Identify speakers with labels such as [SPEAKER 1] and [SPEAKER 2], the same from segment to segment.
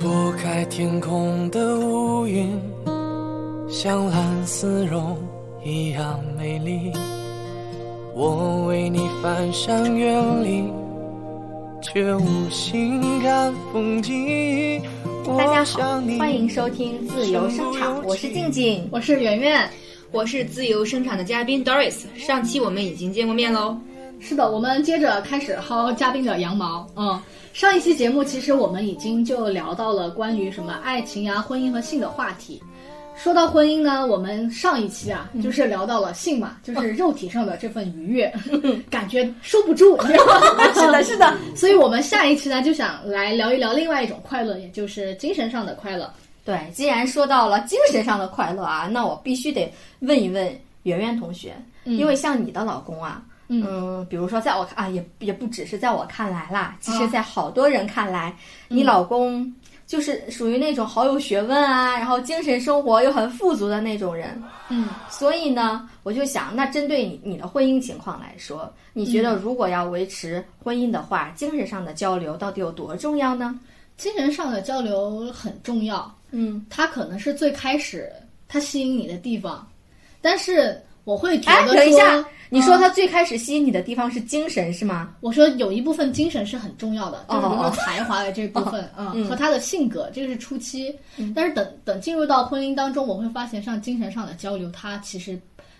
[SPEAKER 1] 拨开天空的乌云，像蓝丝绒一样美丽。我为你翻山越岭，却无心看风景。
[SPEAKER 2] 大家
[SPEAKER 1] 我
[SPEAKER 2] 好
[SPEAKER 1] 想，你
[SPEAKER 2] 欢迎收听自由生产，我是静静。
[SPEAKER 3] 我是圆圆。
[SPEAKER 4] 我是自由生产的嘉宾 Doris，上期我们已经见过面喽。
[SPEAKER 3] 是的，我们接着开始薅嘉宾的羊毛。嗯，上一期节目其实我们已经就聊到了关于什么爱情呀、婚姻和性的话题。说到婚姻呢，我们上一期啊，
[SPEAKER 2] 嗯
[SPEAKER 3] 就是聊到了 性嘛，就是肉体上的这份愉悦，感觉收不住， 你知道吗？
[SPEAKER 2] 是的，是的，
[SPEAKER 3] 所以我们下一期呢，就想来聊一聊另外一种快乐，也就是精神上的快乐。
[SPEAKER 2] 对，既然说到了精神上的快乐啊，那我必须得问一问圆圆同学，因为像你的老公啊，嗯，比如说在我看啊，也也不只是在我看来啦，其实在好多人看来，你老公就是属于那种好有学问啊，然后精神生活又很富足的那种人。
[SPEAKER 3] 嗯，
[SPEAKER 2] 所以呢，我就想，那针对你你的婚姻情况来说，你觉得如果要维持婚姻的话，精神上的交流到底有多重要呢？
[SPEAKER 3] 精神上的交流很重要，
[SPEAKER 2] 嗯，
[SPEAKER 3] 它可能是最开始它吸引你的地方，但是我会觉
[SPEAKER 2] 哎，
[SPEAKER 3] 得
[SPEAKER 2] 等一下
[SPEAKER 3] 说，
[SPEAKER 2] 你说他最开始吸引你的地方是精神是吗？
[SPEAKER 3] 我说有一部分精神是很重要的，就是比如
[SPEAKER 2] 哦
[SPEAKER 3] 说
[SPEAKER 2] 哦
[SPEAKER 3] 才华的这部分啊、
[SPEAKER 2] 嗯
[SPEAKER 3] 和他的性格，这个是初期。但是等等进入到婚姻当中，我会发现上精神上的交流，它其实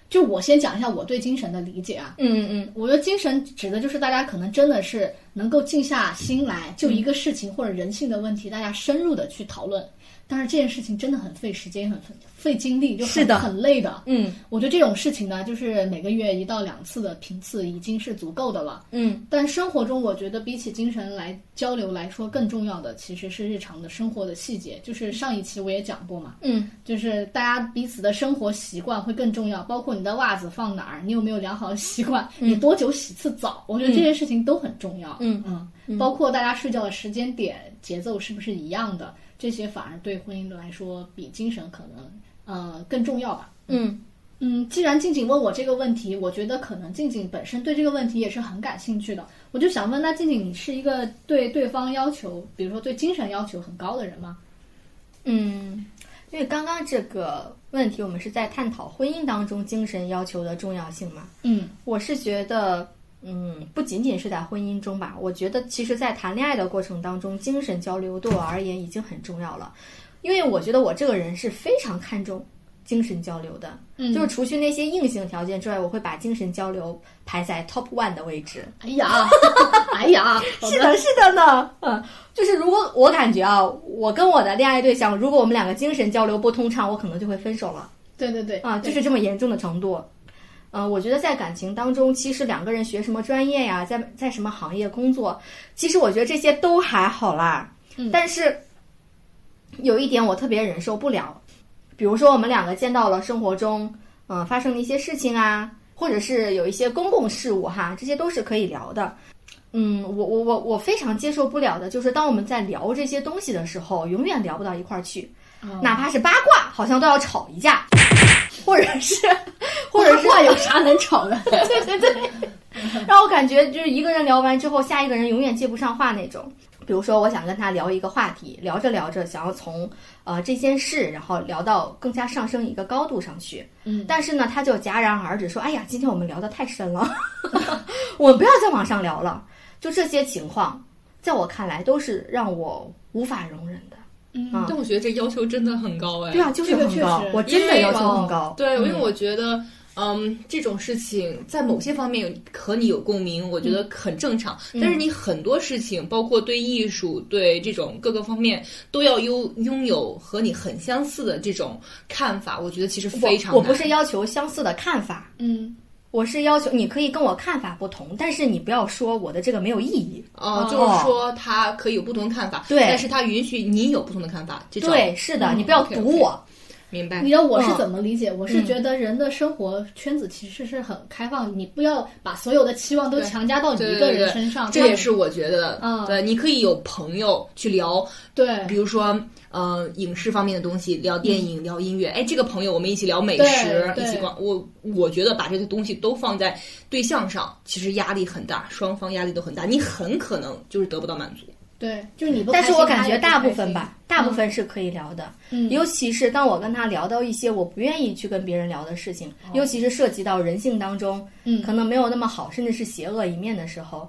[SPEAKER 3] 就我先讲一下我对精神的理解啊。
[SPEAKER 2] 嗯嗯
[SPEAKER 3] 我觉得精神指的就是大家可能真的是能够静下心来，就一个事情或者人性的问题，大家深入的去讨论。但是这件事情真的很费时间，很很费精力，就很
[SPEAKER 2] 是的
[SPEAKER 3] 很累的。
[SPEAKER 2] 嗯
[SPEAKER 3] 我觉得这种事情呢，就是每个月一到两次的频次已经是足够的了。
[SPEAKER 2] 嗯
[SPEAKER 3] 但生活中，我觉得比起精神来交流来说，更重要的其实是日常的生活的细节。就是上一期我也讲过嘛，
[SPEAKER 2] 嗯
[SPEAKER 3] 就是大家彼此的生活习惯会更重要，包括你的袜子放哪儿，你有没有良好的习惯，你多久洗次澡，我觉得这些事情都很重要。
[SPEAKER 2] 嗯
[SPEAKER 3] 嗯，包括大家睡觉的时间点、节奏是不是一样的，这些反而对婚姻的来说比精神可能呃更重要吧。
[SPEAKER 2] 嗯
[SPEAKER 3] 嗯，既然静静问我这个问题，我觉得可能静静本身对这个问题也是很感兴趣的。我就想问，那静静，你是一个对对方要求，比如说对精神要求很高的人吗？
[SPEAKER 2] 嗯，因为刚刚这个问题，我们是在探讨婚姻当中精神要求的重要性嘛。
[SPEAKER 3] 嗯
[SPEAKER 2] 我是觉得，嗯，不仅仅是在婚姻中吧，我觉得其实，在谈恋爱的过程当中，精神交流对我而言已经很重要了，因为我觉得我这个人是非常看重精神交流的，
[SPEAKER 3] 嗯
[SPEAKER 2] 就是除去那些硬性条件之外，我会把精神交流排在 top one 的位置。
[SPEAKER 3] 哎呀， 哎呀， 好
[SPEAKER 2] 是的，是的呢，嗯，就是如果我感觉啊，我跟我的恋爱对象，如果我们两个精神交流不通畅，我可能就会分手了。
[SPEAKER 3] 对对对，
[SPEAKER 2] 啊，就
[SPEAKER 3] 对
[SPEAKER 2] 是这么严重的程度。嗯、我觉得在感情当中，其实两个人学什么专业呀，在在什么行业工作，其实我觉得这些都还好啦。
[SPEAKER 3] 嗯
[SPEAKER 2] 但是有一点我特别忍受不了，比如说我们两个见到了生活中，嗯、发生的一些事情啊，或者是有一些公共事务哈，这些都是可以聊的。嗯，我我我我非常接受不了的就是，当我们在聊这些东西的时候，永远聊不到一块儿去。
[SPEAKER 3] 嗯
[SPEAKER 2] 哪怕是八卦，好像都要吵一架， 或者是，或者是
[SPEAKER 3] 话有啥能吵 的？
[SPEAKER 2] 对对对，让我感觉就是一个人聊完之后，下一个人永远接不上话那种。比如说，我想跟他聊一个话题，聊着聊着，想要从呃这件事，然后聊到更加上升一个高度上去。
[SPEAKER 3] 嗯
[SPEAKER 2] 但是呢，他就戛然而止，说：“哎呀，今天我们聊得太深了， 我们不要再往上聊了。”就这些情况，在我看来都是让我无法容忍的。
[SPEAKER 3] 嗯
[SPEAKER 2] 啊
[SPEAKER 4] 但我觉得这要求真的很高哎。
[SPEAKER 2] 对啊，就是
[SPEAKER 3] 这个
[SPEAKER 2] 很
[SPEAKER 3] 确
[SPEAKER 2] 高
[SPEAKER 3] 实，
[SPEAKER 2] 我真的要求很高。
[SPEAKER 4] 对，因为
[SPEAKER 2] 嗯
[SPEAKER 4] 我觉得，嗯，这种事情在某些方面有和你有共鸣，我觉得
[SPEAKER 2] 嗯
[SPEAKER 4] 很正常。但是你很多事情，包括对艺术、对这种各个方面，都要拥拥有和你很相似的这种看法，我觉得其实非常
[SPEAKER 2] 我我不
[SPEAKER 4] 难
[SPEAKER 2] 是要求相似的看法，
[SPEAKER 3] 嗯，
[SPEAKER 2] 我是要求你可以跟我看法不同，但是你不要说我的这个没有意义。
[SPEAKER 4] 哦
[SPEAKER 3] 哦，
[SPEAKER 4] 就是说他可以有不同的看法，
[SPEAKER 2] 对
[SPEAKER 4] 但是他允许你有不同的看法，这种
[SPEAKER 2] 对，是
[SPEAKER 3] 嗯
[SPEAKER 2] 的，你不要堵
[SPEAKER 4] OK，OK
[SPEAKER 2] 我。
[SPEAKER 4] 明白
[SPEAKER 3] 你。知道我是怎么理解？我是觉得人的生活圈子其实是很开放，你不要把所有的期望都
[SPEAKER 4] 对
[SPEAKER 3] 强加到一
[SPEAKER 4] 对
[SPEAKER 3] 个
[SPEAKER 4] 对对
[SPEAKER 3] 人身上。
[SPEAKER 4] 这也是我觉得，
[SPEAKER 3] 嗯
[SPEAKER 4] 对，你可以有朋友去聊，
[SPEAKER 3] 对
[SPEAKER 4] 比如说，呃，影视方面的东西，聊电影，聊音乐。哎，这个朋友，我们一起聊美食，
[SPEAKER 3] 嗯对
[SPEAKER 4] 一起
[SPEAKER 3] 对
[SPEAKER 4] 逛。我我觉得把这些东西都放在对象上，其实压力很大，双方压力都很大，你很可能就是得不到满足。
[SPEAKER 3] 对，就是你不
[SPEAKER 2] 但
[SPEAKER 3] 开
[SPEAKER 2] 是
[SPEAKER 3] 心，
[SPEAKER 2] 我感觉
[SPEAKER 3] 他也
[SPEAKER 2] 大
[SPEAKER 3] 不开
[SPEAKER 2] 部分
[SPEAKER 3] 心
[SPEAKER 2] 吧，大部分是可以聊的。
[SPEAKER 3] 嗯
[SPEAKER 2] 尤其是当我跟他聊到一些我不愿意去跟别人聊的事情，
[SPEAKER 3] 哦
[SPEAKER 2] 尤其是涉及到人性当中，
[SPEAKER 3] 嗯
[SPEAKER 2] 可能没有那么好，甚至是邪恶一面的时候，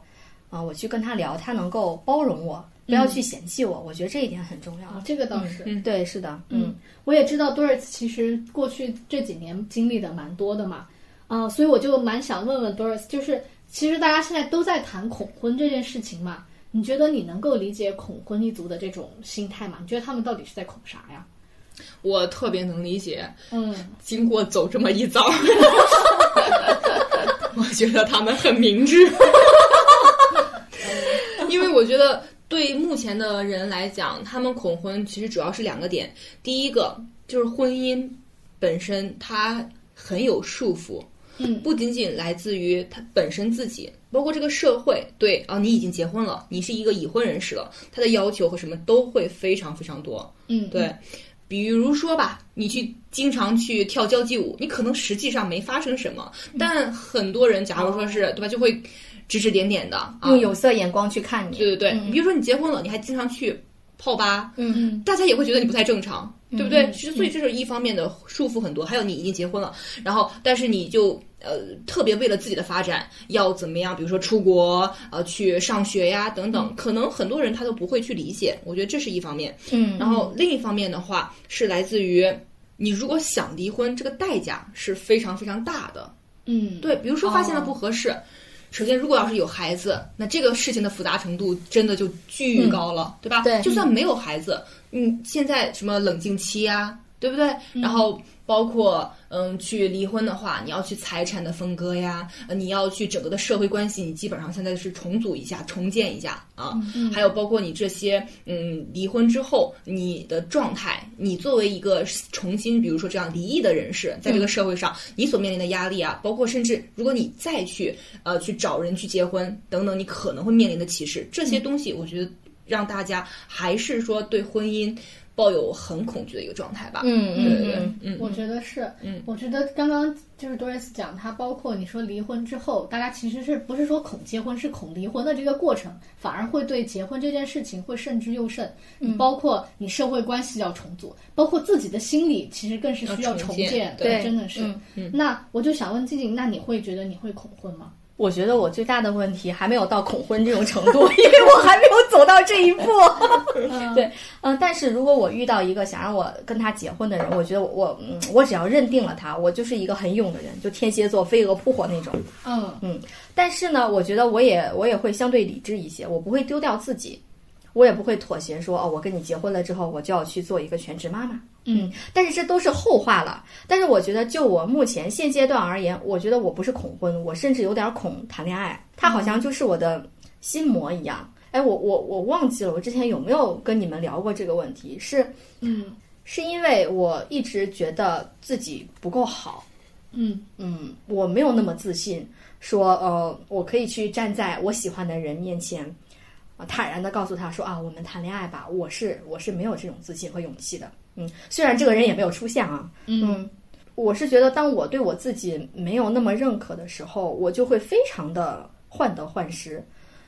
[SPEAKER 2] 啊，我去跟他聊，他能够包容我，不要去嫌弃我，我觉得这一点很重要。
[SPEAKER 3] 啊，这个倒是。
[SPEAKER 4] 嗯
[SPEAKER 2] 对，是的，
[SPEAKER 3] 嗯，我也知道 Doris 其实过去这几年经历的蛮多的嘛，啊、所以我就蛮想问问 Doris，就是其实大家现在都在谈恐婚这件事情嘛，你觉得你能够理解恐婚一族的这种心态吗？你觉得他们到底是在恐啥呀？
[SPEAKER 4] 我特别能理解，
[SPEAKER 3] 嗯，
[SPEAKER 4] 经过走这么一遭， 我觉得他们很明智， 因为我觉得对目前的人来讲，他们恐婚其实主要是两个点，第一个就是婚姻本身它很有束缚，
[SPEAKER 3] 嗯
[SPEAKER 4] 不仅仅来自于他本身自己，包括这个社会对啊，你已经结婚了，你是一个已婚人士了，他的要求和什么都会非常非常多，
[SPEAKER 3] 嗯，
[SPEAKER 4] 对，比如说吧，你去经常去跳交际舞，你可能实际上没发生什么，但很多人假如说是对吧，就会指指点点的啊。
[SPEAKER 2] 用有色眼光去看你，
[SPEAKER 4] 对对对，比如说你结婚了，你还经常去泡吧，
[SPEAKER 2] 嗯，
[SPEAKER 4] 大家也会觉得你不太正常，对不对？其实所以这是一方面的束缚很多，还有你已经结婚了，然后但是你就呃特别为了自己的发展要怎么样，比如说出国呃去上学呀等等，可能很多人他都不会去理解，我觉得这是一方面。
[SPEAKER 2] 嗯，
[SPEAKER 4] 然后另一方面的话，是来自于你如果想离婚，这个代价是非常非常大的。
[SPEAKER 3] 嗯，
[SPEAKER 4] 对，比如说发现了
[SPEAKER 2] 哦
[SPEAKER 4] 不合适，首先如果要是有孩子，那这个事情的复杂程度真的就巨高了，对吧？
[SPEAKER 2] 嗯对
[SPEAKER 4] 就算没有孩子，嗯，现在什么冷静期啊，对不对？
[SPEAKER 2] 嗯
[SPEAKER 4] 然后包括嗯，去离婚的话，你要去财产的分割呀，呃你要去整个的社会关系，你基本上现在是重组一下、重建一下啊。还有包括你这些嗯，离婚之后你的状态，你作为一个重新，比如说这样离异的人士，在这个社会上，你所面临的压力啊，包括甚至如果你再去呃去找人去结婚等等，你可能会面临的歧视，这些东西，我觉得让大家还是说对婚姻抱有很恐惧的一个状态吧。
[SPEAKER 2] 嗯
[SPEAKER 4] 对对
[SPEAKER 2] 嗯
[SPEAKER 4] 对
[SPEAKER 2] 嗯，，
[SPEAKER 4] 嗯
[SPEAKER 3] 我觉得是，
[SPEAKER 4] 嗯
[SPEAKER 3] 我觉得刚刚就是 Doris 讲，他包括你说离婚之后，大家其实是不是说恐结婚，是恐离婚的这个过程，反而会对结婚这件事情会慎之又慎。嗯，包括你社会关系要重组，包括自己的心理其实更是需
[SPEAKER 4] 要
[SPEAKER 3] 要
[SPEAKER 4] 重
[SPEAKER 3] 重
[SPEAKER 4] 建
[SPEAKER 2] 对
[SPEAKER 3] 真的是。
[SPEAKER 2] 嗯
[SPEAKER 3] 那我就想问静静，那你会觉得你会恐婚吗？
[SPEAKER 2] 我觉得我最大的问题还没有到恐婚这种程度，因为我还没有走到这一 步。对，嗯，但是如果我遇到一个想让我跟他结婚的人，我觉得我我嗯，我只要认定了他，我就是一个很勇的人，就天蝎座飞蛾扑火那种。
[SPEAKER 3] 嗯
[SPEAKER 2] 嗯，但是呢，我觉得我也我也会相对理智一些，我不会丢掉自己，我也不会妥协说哦，我跟你结婚了之后，我就要去做一个全职妈妈。嗯，但是这都是后话了。但是我觉得，就我目前现阶段而言，我觉得我不是恐婚，我甚至有点恐谈恋爱，它好像就是我的心魔一样。哎，我我我忘记了，我之前有没有跟你们聊过这个问题？是
[SPEAKER 3] 嗯
[SPEAKER 2] 是因为我一直觉得自己不够好，
[SPEAKER 3] 嗯
[SPEAKER 2] 嗯，我没有那么自信，说呃，我可以去站在我喜欢的人面前，啊，坦然的告诉他说啊，我们谈恋爱吧。我是我是没有这种自信和勇气的。嗯，虽然这个人也没有出现啊，嗯，我是觉得当我对我自己没有那么认可的时候，我就会非常的患得患失。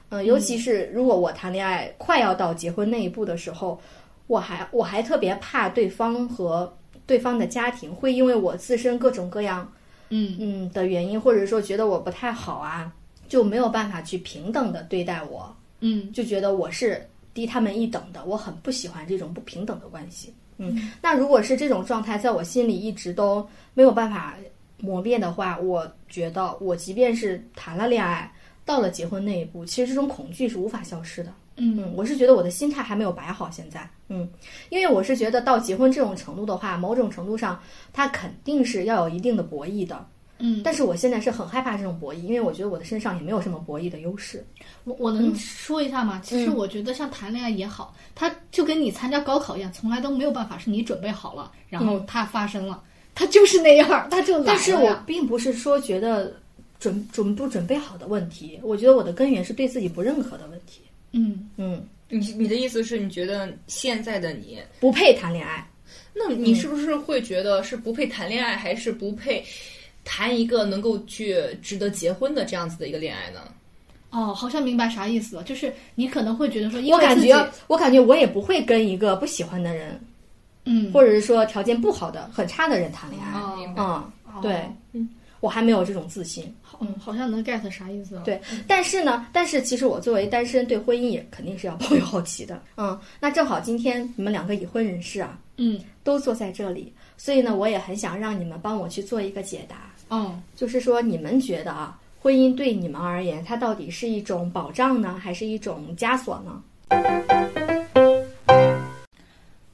[SPEAKER 2] 嗯、尤其是如果我谈恋爱快要到结婚那一步的时候，我还我还特别怕对方和对方的家庭会因为我自身各种各样
[SPEAKER 3] 嗯
[SPEAKER 2] 嗯的原因，或者说觉得我不太好啊，就没有办法去平等的对待我，
[SPEAKER 3] 嗯
[SPEAKER 2] 就觉得我是低他们一等的，我很不喜欢这种不平等的关系。嗯，那如果是这种状态，在我心里一直都没有办法磨灭的话，我觉得我即便是谈了恋爱，到了结婚那一步，其实这种恐惧是无法消失的。
[SPEAKER 3] 嗯
[SPEAKER 2] 嗯，我是觉得我的心态还没有摆好，现在，嗯，因为我是觉得到结婚这种程度的话，某种程度上，它肯定是要有一定的博弈的，
[SPEAKER 3] 嗯，
[SPEAKER 2] 但是我现在是很害怕这种博弈，因为我觉得我的身上也没有什么博弈的优势。
[SPEAKER 3] 我我
[SPEAKER 2] 嗯
[SPEAKER 3] 能说一下吗？其实我觉得像谈恋爱也好，它就跟你参加高考一样，从来都没有办法是你准备好了，然后
[SPEAKER 2] 嗯
[SPEAKER 3] 它发生了，它就是那样，它就来了呀。
[SPEAKER 2] 但是我并不是说觉得准准不准备好的问题，我觉得我的根源是对自己不认可的问题。
[SPEAKER 3] 嗯，
[SPEAKER 2] 嗯，
[SPEAKER 4] 你你的意思是你觉得现在的你，
[SPEAKER 2] 不配谈恋爱。
[SPEAKER 4] 那
[SPEAKER 2] 嗯
[SPEAKER 4] 你是不是会觉得是不配谈恋爱，还是不配谈一个能够去值得结婚的这样子的一个恋爱呢？
[SPEAKER 3] 哦，好像明白啥意思了，就是你可能会觉得说，因为
[SPEAKER 2] 我感
[SPEAKER 3] 自己
[SPEAKER 2] 觉，我感觉我也不会跟一个不喜欢的人，
[SPEAKER 3] 嗯，
[SPEAKER 2] 或者是说条件不好的、很差的人谈恋爱。
[SPEAKER 3] 哦
[SPEAKER 4] 明白
[SPEAKER 2] 嗯，
[SPEAKER 3] 哦
[SPEAKER 2] 对，我还没有这种自信。
[SPEAKER 3] 好嗯，好像能 get 啥意思了。
[SPEAKER 2] 对，但是呢，但是其实我作为单身，对婚姻也肯定是要抱有好奇的。嗯，那正好今天你们两个已婚人士啊，
[SPEAKER 3] 嗯，
[SPEAKER 2] 都坐在这里，所以呢，我也很想让你们帮我去做一个解答，
[SPEAKER 3] 哦，
[SPEAKER 2] 就是说你们觉得啊，婚姻对你们而言，它到底是一种保障呢，还是一种枷锁呢？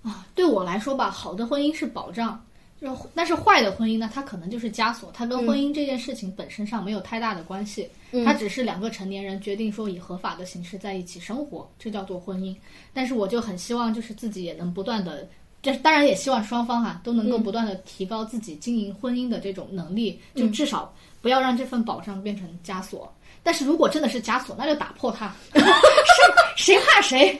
[SPEAKER 3] 啊，对我来说吧，好的婚姻是保障，就是但是坏的婚姻呢，它可能就是枷锁，它
[SPEAKER 2] 嗯
[SPEAKER 3] 跟婚姻这件事情本身上没有太大的关系，它只是两个成年人决定说以合法的形式在一起生活，这叫做婚姻。但是我就很希望，就是自己也能不断的。这当然也希望双方哈、都能够不断的提高自己经营婚姻的这种能力，就至少不要让这份保障变成枷锁。但是如果真的是枷锁，那就打破它， 谁谁怕谁，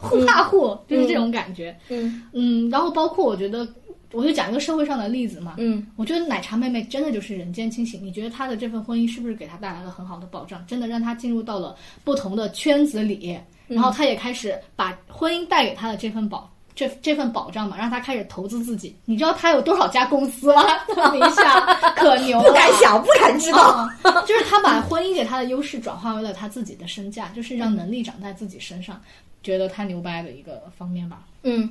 [SPEAKER 3] 互怕互，就是这种感觉。
[SPEAKER 2] 嗯
[SPEAKER 3] 嗯，然后包括我觉得，我就讲一个社会上的例子嘛。
[SPEAKER 2] 嗯
[SPEAKER 3] 我觉得奶茶妹妹真的就是人间清醒。你觉得她的这份婚姻是不是给她带来了很好的保障？真的让她进入到了不同的圈子里，
[SPEAKER 2] 嗯
[SPEAKER 3] 然后她也开始把婚姻带给她的这份保。这这份保障嘛，让她开始投资自己。你知道她有多少家公司 了？等一下，可牛了！
[SPEAKER 2] 不敢想，不敢知道。
[SPEAKER 3] 嗯 就是他把婚姻给他的优势转化为了他自己的身价，就是让能力长在自己身上，觉得他牛掰的一个方面吧。
[SPEAKER 2] 嗯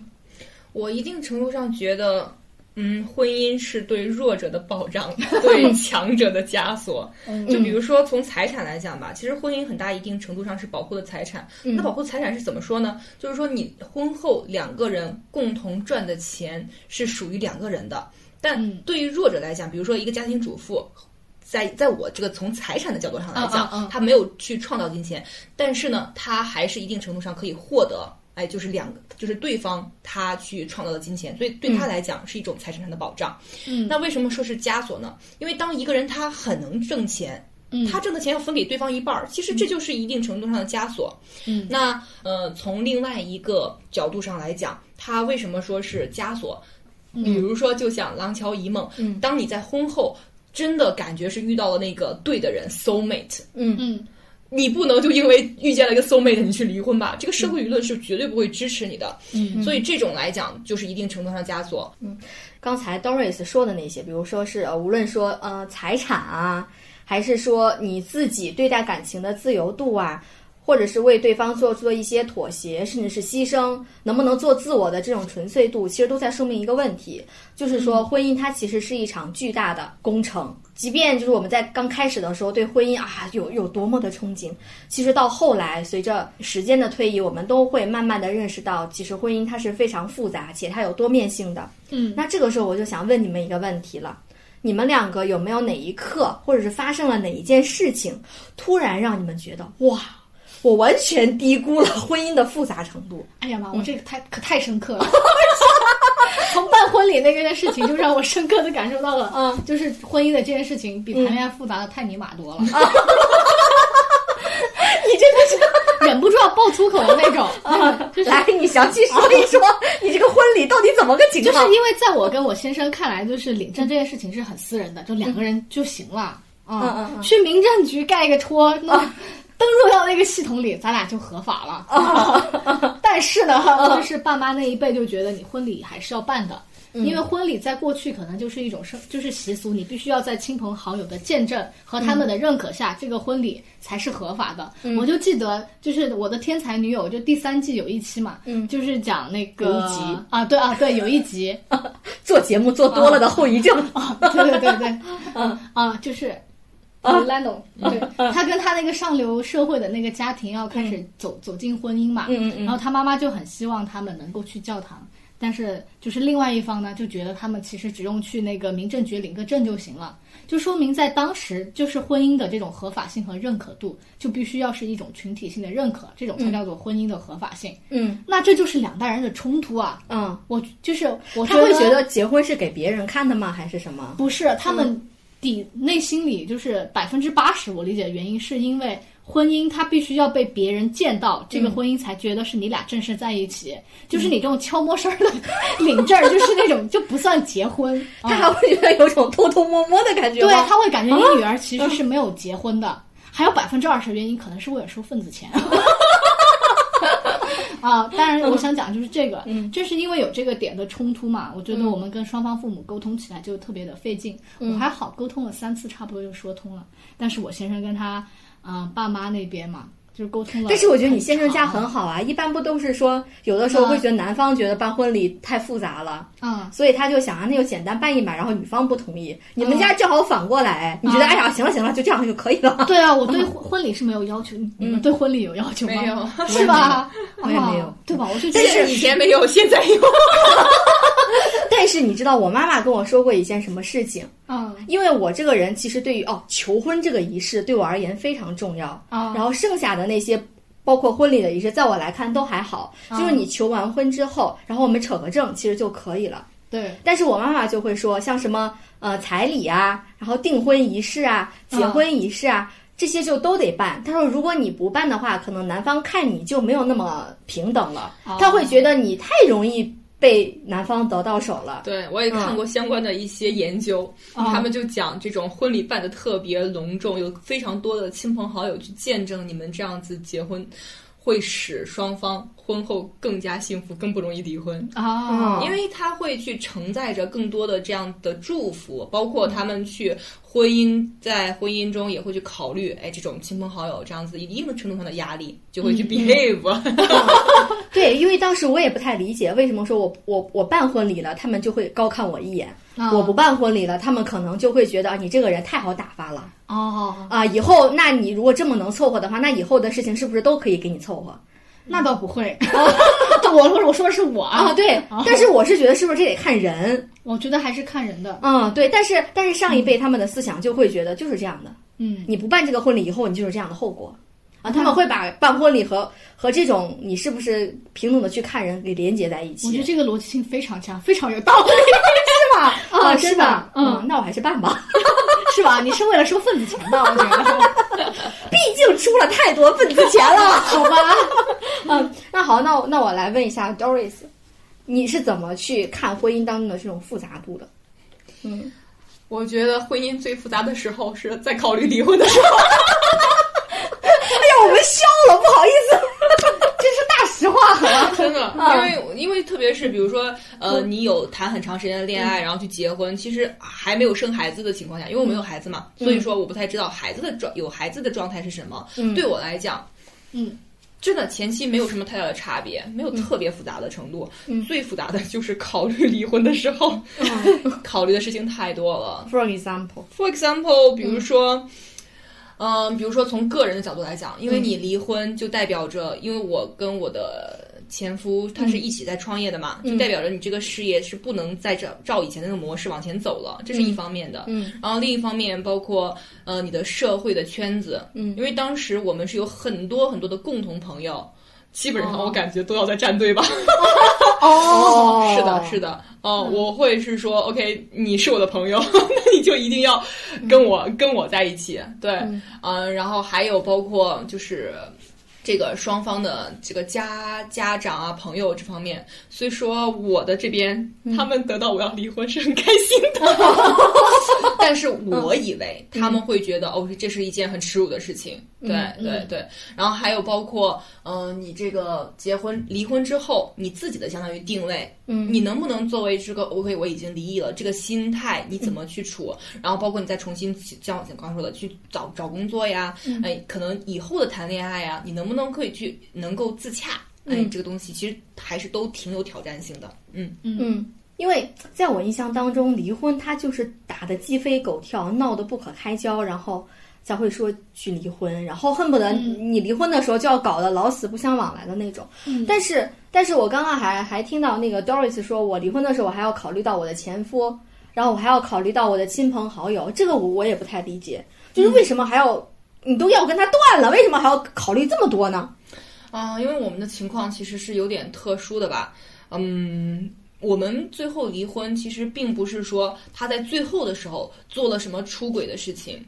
[SPEAKER 4] 我一定程度上觉得，嗯，婚姻是对弱者的 保障，对强者的枷锁。
[SPEAKER 2] 嗯
[SPEAKER 4] 就
[SPEAKER 3] 嗯
[SPEAKER 4] 比如说从财产来讲吧，其实婚姻很大一定程度上是保护的财产。
[SPEAKER 3] 嗯
[SPEAKER 4] 那保护财产是怎么说呢？就是说你婚后两个人共同赚的钱是属于两个人的。但
[SPEAKER 3] 嗯
[SPEAKER 4] 对于弱者来讲，比如说一个家庭主妇。在在我这个从财产的角度上来
[SPEAKER 3] 嗯嗯嗯
[SPEAKER 4] 讲，他没有去创造金钱，但是呢，他还是一定程度上可以获得，哎，就是两个，就是对方他去创造的金钱，所以对他来讲是一种财产上的保障。
[SPEAKER 3] 嗯
[SPEAKER 4] 那为什么说是枷锁呢？因为当一个人他很能挣钱，
[SPEAKER 3] 嗯
[SPEAKER 4] 他挣的钱要分给对方一半儿，其实这就是一定程度上的枷锁。
[SPEAKER 3] 嗯
[SPEAKER 4] 那呃，从另外一个角度上来讲，他为什么说是枷锁？比如说，就像《廊桥遗梦》，
[SPEAKER 2] 嗯
[SPEAKER 4] 当你在婚后真的感觉是遇到了那个对的人 soul mate，
[SPEAKER 2] 嗯
[SPEAKER 3] 嗯
[SPEAKER 4] 你不能就因为遇见了一个 soul mate 你去离婚吧？这个社会舆论是绝对不会支持你的。
[SPEAKER 3] 嗯
[SPEAKER 4] 所以这种来讲，就是一定程度上枷锁。
[SPEAKER 2] 刚才 Doris 说的那些，比如说是呃，无论说呃财产啊，还是说你自己对待感情的自由度啊，或者是为对方做做一些妥协，甚至是牺牲，能不能做自我的这种纯粹度，其实都在说明一个问题，就是说婚姻它其实是一场巨大的工程。即便就是我们在刚开始的时候对婚姻啊有有多么的憧憬，其实到后来随着时间的推移，我们都会慢慢的认识到，其实婚姻它是非常复杂且它有多面性的。
[SPEAKER 3] 嗯
[SPEAKER 2] 那这个时候我就想问你们一个问题了：你们两个有没有哪一刻，或者是发生了哪一件事情，突然让你们觉得哇，我完全低估了婚姻的复杂程度？
[SPEAKER 3] 哎呀妈，
[SPEAKER 2] 嗯
[SPEAKER 3] 我这个太可太深 刻了。 从办婚礼那个件事情，就让我深刻的感受到了，
[SPEAKER 2] 嗯，
[SPEAKER 3] 就是婚姻的这件事情比谈恋爱复杂的太尼玛多了，
[SPEAKER 2] 啊 你这个
[SPEAKER 3] 忍不住要爆粗口的那种， 就是哦
[SPEAKER 2] 是来，你详细说一说，你这个婚礼到底怎么个情
[SPEAKER 3] 就是
[SPEAKER 2] 况？
[SPEAKER 3] 因为在我跟我先生看来，就是领证这件事情是很私人的，就两个人就行了。啊、
[SPEAKER 2] 嗯嗯啊嗯
[SPEAKER 3] 去民政局盖个戳，那、登录到那个系统里，咱俩就合法了。
[SPEAKER 2] 哦
[SPEAKER 3] 但是呢，
[SPEAKER 2] 嗯
[SPEAKER 3] 就是爸妈那一辈就觉得你婚礼还是要办的。
[SPEAKER 2] 嗯
[SPEAKER 3] 因为婚礼在过去可能就是一种生，就是习俗，你必须要在亲朋好友的见证和他们的认可
[SPEAKER 2] 嗯
[SPEAKER 3] 下，这个婚礼才是合法的。我就记得，就是我的天才女友，就第三季有一期嘛，就是讲那个
[SPEAKER 2] 嗯有一集
[SPEAKER 3] 啊，对啊，对，有一集，
[SPEAKER 2] 做节目做多了的后遗症。
[SPEAKER 3] 哦 对对对对，嗯啊，就是。Lano，对，
[SPEAKER 2] 啊
[SPEAKER 3] 他跟他那个上流社会的那个家庭要开始走、走进婚姻嘛，
[SPEAKER 2] 嗯嗯嗯嗯
[SPEAKER 3] 然后他妈妈就很希望他们能够去教堂，但是就是另外一方呢，就觉得他们其实只用去那个民政局领个证就行了，就说明在当时就是婚姻的这种合法性和认可度，就必须要是一种群体性的认可，这种才叫做婚姻的合法性。
[SPEAKER 2] 嗯
[SPEAKER 3] 那这就是两代人的冲突啊！
[SPEAKER 2] 嗯，
[SPEAKER 3] 我就是我
[SPEAKER 2] 他会
[SPEAKER 3] 觉
[SPEAKER 2] 觉得结婚是给别人看的吗？还是什么？
[SPEAKER 3] 不是，他们底内心里就是百分之八十，我理解的原因是因为婚姻它必须要被别人见到，这个婚姻才觉得是你俩正式在一起。就是你这种悄摸声儿的 领证儿，就是那种就不算结婚。
[SPEAKER 2] 他还会觉得有种偷偷摸摸的感觉
[SPEAKER 3] 哦对
[SPEAKER 2] 吗？
[SPEAKER 3] 他会感觉你女儿其实是没有结婚的。还有百分之二十的原因可能是为了收份子钱。啊，当然，我想讲就是这个，
[SPEAKER 2] 嗯
[SPEAKER 3] 就是因为有这个点的冲突嘛，我觉得我们跟双方父母沟通起来就特别的费劲。
[SPEAKER 2] 嗯
[SPEAKER 3] 我还好沟通了三次，差不多就说通了。但是我先生跟他，嗯、爸妈那边嘛，就是沟通了。
[SPEAKER 2] 但是我觉得你先生
[SPEAKER 3] 哦
[SPEAKER 2] 家很，好啊，一般不都是说，有的时候会觉得男方觉得办婚礼太复杂了，
[SPEAKER 3] 嗯，
[SPEAKER 2] 所以他就想啊，那就简单办一办，然后女方不同意，你们家正好反过来，你觉得哎呀，行了行了，就这样就可以 了。
[SPEAKER 3] 对啊，我对婚婚礼是没有要求，你你们对婚礼有要求吗？
[SPEAKER 4] 没有
[SPEAKER 3] 是吧？
[SPEAKER 2] 我也没有我
[SPEAKER 3] 啊
[SPEAKER 2] 也没有
[SPEAKER 3] 对吧？我就觉
[SPEAKER 4] 但
[SPEAKER 3] 得
[SPEAKER 4] 是以前没有，现在有。
[SPEAKER 2] 但是你知道，我妈妈跟我说过一件什么事情，
[SPEAKER 3] 嗯
[SPEAKER 2] 因为我这个人其实对于哦求婚这个仪式对我而言非常重要，
[SPEAKER 3] 啊，
[SPEAKER 2] 然后剩下的那些。包括婚礼的仪式，在我来看都还好，就是你求完婚之后，然后我们扯个证，其实就可以了。
[SPEAKER 3] 对，
[SPEAKER 2] 但是我妈妈就会说，像什么呃彩礼啊，然后订婚仪式啊、结婚仪式啊，这些就都得办。她说，如果你不办的话，可能男方看你就没有那么平等了，
[SPEAKER 3] 哦
[SPEAKER 2] 他会觉得你太容易被男方得到手了。
[SPEAKER 4] 对，我也看过相关的一些研究，
[SPEAKER 3] 啊
[SPEAKER 4] 他们就讲这种婚礼办的特别隆重，有非常多的亲朋好友去见证你们这样子结婚，会使双方婚后更加幸福，更不容易离婚。
[SPEAKER 3] 啊，
[SPEAKER 2] 嗯
[SPEAKER 4] 因为他会去承载着更多的这样的祝福，包括他们去婚姻，在婚姻中也会去考虑，哎，这种亲朋好友这样子一定程度上的压力，就会去 behave。
[SPEAKER 2] 对，因为当时我也不太理解，为什么说我我我办婚礼了，他们就会高看我一眼；
[SPEAKER 3] 啊
[SPEAKER 2] 我不办婚礼了，他们可能就会觉得啊，你这个人太好打发了
[SPEAKER 3] 哦，
[SPEAKER 2] 啊。以后，那你如果这么能凑合的话，那以后的事情是不是都可以给你凑合？
[SPEAKER 3] 那倒不会， 我我说的是我
[SPEAKER 2] 啊，
[SPEAKER 3] 啊，
[SPEAKER 2] 对，但是我是觉得是不是这得看人，
[SPEAKER 3] 我觉得还是看人的，
[SPEAKER 2] 嗯，对，但是但是上一辈他们的思想就会觉得就是这样的，
[SPEAKER 3] 嗯，
[SPEAKER 2] 你不办这个婚礼以后，你就是这样的后果，啊，他们会把办婚礼和和这种你是不是平等的去看人给连接在一
[SPEAKER 3] 我觉
[SPEAKER 2] 起，
[SPEAKER 3] 得这个逻辑性非常强，非常有道理， 是吧？
[SPEAKER 2] 啊，
[SPEAKER 3] 啊，
[SPEAKER 2] 是
[SPEAKER 3] 是
[SPEAKER 2] 吧
[SPEAKER 3] 吧？？
[SPEAKER 2] 嗯，
[SPEAKER 3] 嗯，
[SPEAKER 2] 那我还是办吧，
[SPEAKER 3] 是吧？你是为了收份子钱吧？我觉得，
[SPEAKER 2] 毕竟出了太多份子钱 了。
[SPEAKER 3] 好吧，
[SPEAKER 2] 嗯，那好，那我那我来问一下 Doris，你是怎么去看婚姻当中的这种复杂度的？
[SPEAKER 4] 我觉得婚姻最复杂的时候是在考虑离婚的时候。
[SPEAKER 2] 哎呀，我们笑了，不好意思， 这是大实话，好吧？
[SPEAKER 4] 真的，因为因为特别是比如说，呃，你有谈很长时间的恋爱，然后去结婚，其实还没有生孩子的情况下，因为我没有孩子嘛，所以说我不太知道孩子的状有孩子的状态是什么。
[SPEAKER 2] 嗯
[SPEAKER 4] 对我来讲，
[SPEAKER 3] 嗯，
[SPEAKER 4] 真的前期没有什么太大的差别，没有特别复杂的程度。最复杂的就是考虑离婚的时候，
[SPEAKER 2] 嗯
[SPEAKER 4] 考虑的事情太多了。
[SPEAKER 2] For example，
[SPEAKER 4] For example，比如说，嗯、比如说从个人的角度来讲，因为你离婚就代表着，因为我跟我的前夫他是一起在创业的嘛，就代表着你这个事业是不能再照照以前那个模式往前走了，这是一方面的。
[SPEAKER 2] 嗯，
[SPEAKER 4] 然后另一方面包括呃你的社会的圈子，嗯，因为当时我们是有很多很多的共同朋友。基本上我感觉都要在站队吧，
[SPEAKER 2] 哦
[SPEAKER 4] 是的，是
[SPEAKER 2] 的，
[SPEAKER 4] 的，哦，我会是说，OK，你是我的朋友， 那你就一定要跟我、跟我在一起，对，嗯、然后还有包括就是这个双方的这个家家长啊、朋友这方面，所以说我的这边、他们得到我要离婚是很开心的，但是我以为他们会觉得、哦，这是一件很耻辱的事情，对、对对，然后还有包括嗯、呃你这个结婚离婚之后，你自己的相当于定位，嗯，你能不能作为这个 OK 我已经离异了这个心态，你怎么去处？然后包括你再重新起像我刚刚说的去找找工作呀，哎，可能以后的谈恋爱呀，你能不能可以去能够自洽？哎，这个东西其实还是都挺有挑战性的，嗯，
[SPEAKER 2] 嗯。因为在我印象当中，离婚他就是打得鸡飞狗跳，闹得不可开交，然后才会说去离婚，然后恨不得你离婚的时候就要搞得老死不相往来的那种。
[SPEAKER 3] 嗯
[SPEAKER 2] 但是，但是我刚刚还还听到那个 Doris 说，我离婚的时候我还要考虑到我的前夫，然后我还要考虑到我的亲朋好友，这个我我也不太理解，就是为什么还要、你都要跟他断了，为什么还要考虑这么多呢？
[SPEAKER 4] 啊、因为我们的情况其实是有点特殊的吧，嗯，我们最后离婚其实并不是说他在最后的时候做了什么出轨的事情，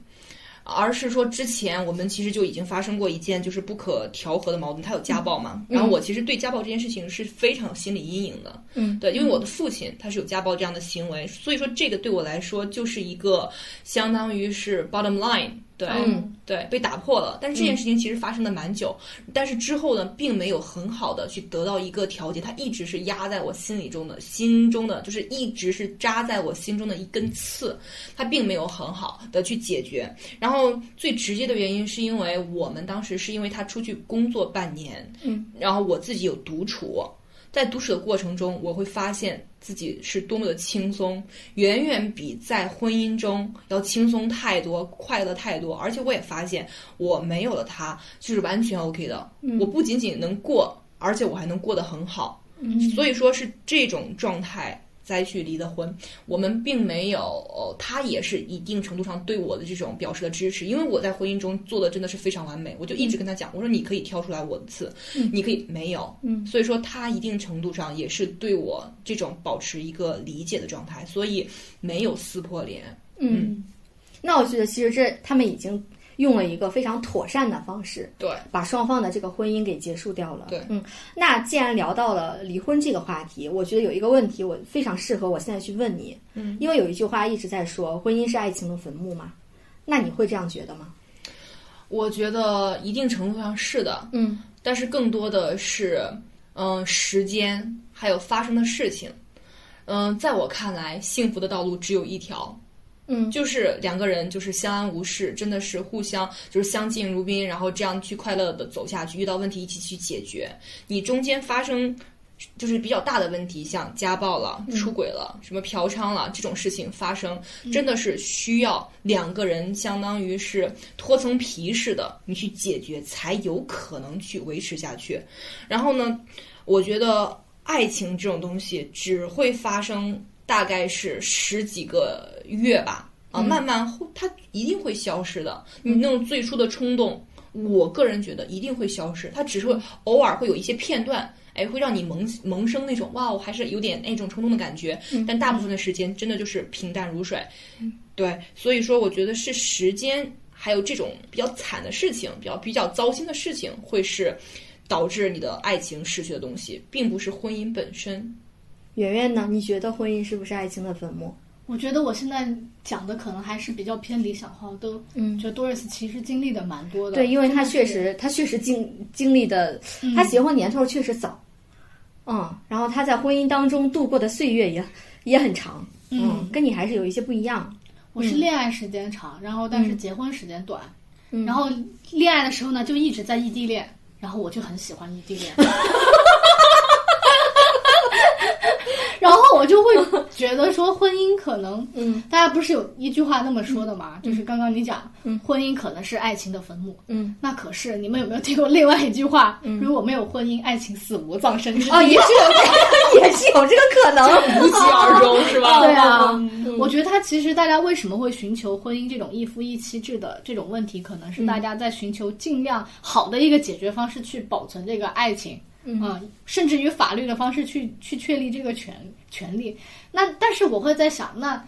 [SPEAKER 4] 而是说之前我们其实就已经发生过一件就是不可调和的矛盾，他有家暴嘛，
[SPEAKER 2] 嗯
[SPEAKER 4] 然后我其实对家暴这件事情是非常有心理阴影的，
[SPEAKER 2] 嗯，
[SPEAKER 4] 对，因为我的父亲他是有家暴这样的行为，所以说这个对我来说就是一个相当于是 bottom line。对、
[SPEAKER 2] 嗯
[SPEAKER 4] 对，被打破了。但是这件事情其实发生的蛮久，但是之后呢，并没有很好的去得到一个调节，它一直是压在我心里中的心中的，就是一直是扎在我心中的一根刺，它并没有很好的去解决。然后最直接的原因是因为我们当时是因为他出去工作半年，
[SPEAKER 2] 嗯，
[SPEAKER 4] 然后我自己有独处，在独处的过程中，我会发现自己是多么的轻松，远远比在婚姻中要轻松太多，快乐太多。而且我也发现，我没有了他就是完全 OK 的。我不仅仅能过，而且我还能过得很好。
[SPEAKER 3] 嗯
[SPEAKER 4] 所以说是这种状态再去离的婚，我们并没有，呃他也是一定程度上对我的这种表示的支持，因为我在婚姻中做的真的是非常完美，我就一直跟他讲，我说你可以挑出来我的刺，你可以没有，
[SPEAKER 2] 嗯
[SPEAKER 4] 所以说他一定程度上也是对我这种保持一个理解的状态，所以没有撕破脸，
[SPEAKER 2] 嗯，那我觉得其实这他们已经用了一个非常妥善的方式，
[SPEAKER 4] 对，
[SPEAKER 2] 把双方的这个婚姻给结束掉了。
[SPEAKER 4] 对
[SPEAKER 2] 嗯，那既然聊到了离婚这个话题，我觉得有一个问题，我非常适合我现在去问你，
[SPEAKER 4] 嗯，
[SPEAKER 2] 因为有一句话一直在说，婚姻是爱情的坟墓嘛，那你会这样觉得吗？
[SPEAKER 4] 我觉得一定程度上是的，
[SPEAKER 2] 嗯
[SPEAKER 4] 但是更多的是，嗯、时间还有发生的事情。嗯、在我看来，幸福的道路只有一条，
[SPEAKER 2] 嗯
[SPEAKER 4] 就是两个人就是相安无事，真的是互相就是相敬如宾，然后这样去快乐的走下去，遇到问题一起去解决。你中间发生就是比较大的问题，像家暴了、出轨了、什么嫖娼了这种事情发生，真的是需要两个人相当于是脱层皮似的，你去解决才有可能去维持下去。然后呢，我觉得爱情这种东西只会发生大概是十几个月吧，啊，慢慢会它一定会消失的。你那种最初的冲动，我个人觉得一定会消失，它只是会偶尔会有一些片段。哎，会让你萌萌生那种哇，我还是有点那种冲动的感觉，但大部分的时间真的就是平淡如水。对，所以说我觉得是时间，还有这种比较惨的事情，比较比较糟心的事情，会是导致你的爱情失去的东西，并不是婚姻本 身。
[SPEAKER 2] 圆圆呢？你觉得婚姻是不是爱情的坟墓？
[SPEAKER 3] 我觉得我现在讲的可能还是比较偏理想化，我都
[SPEAKER 2] 嗯
[SPEAKER 3] 觉得 Doris 其实经历的蛮多的。
[SPEAKER 2] 对，因为
[SPEAKER 3] 真的
[SPEAKER 2] 他确
[SPEAKER 3] 是嗯
[SPEAKER 2] 实，他确实经经历的，他结婚年头确实早，嗯，然后他在婚姻当中度过的岁月也也很长，嗯，跟你还是有一些不一样，
[SPEAKER 3] 我是
[SPEAKER 2] 嗯
[SPEAKER 3] 恋爱时间长，然后但是结婚时间短，然后恋爱的时候呢就一直在异地恋，然后我就很喜欢异地恋， 然后我就会觉得说婚姻可能，
[SPEAKER 2] 嗯，
[SPEAKER 3] 大家不是有一句话那么说的嘛，就是刚刚你讲，婚姻可能是爱情的坟墓，
[SPEAKER 2] 嗯，
[SPEAKER 3] 那可是你们有没有听过另外一句话，如果没有婚姻，爱情死无葬身之地
[SPEAKER 2] 哦，也是有，也是有这个可能，
[SPEAKER 4] 无疾而终是吧？
[SPEAKER 3] 对啊，我觉得他其实大家为什么会寻求婚姻这种一夫一妻制的这种问题，可能是大家在寻求尽量好的一个解决方式去保存这个爱情，嗯、甚至于法律的方式去去确立这个权权利。那但是我会在想，那，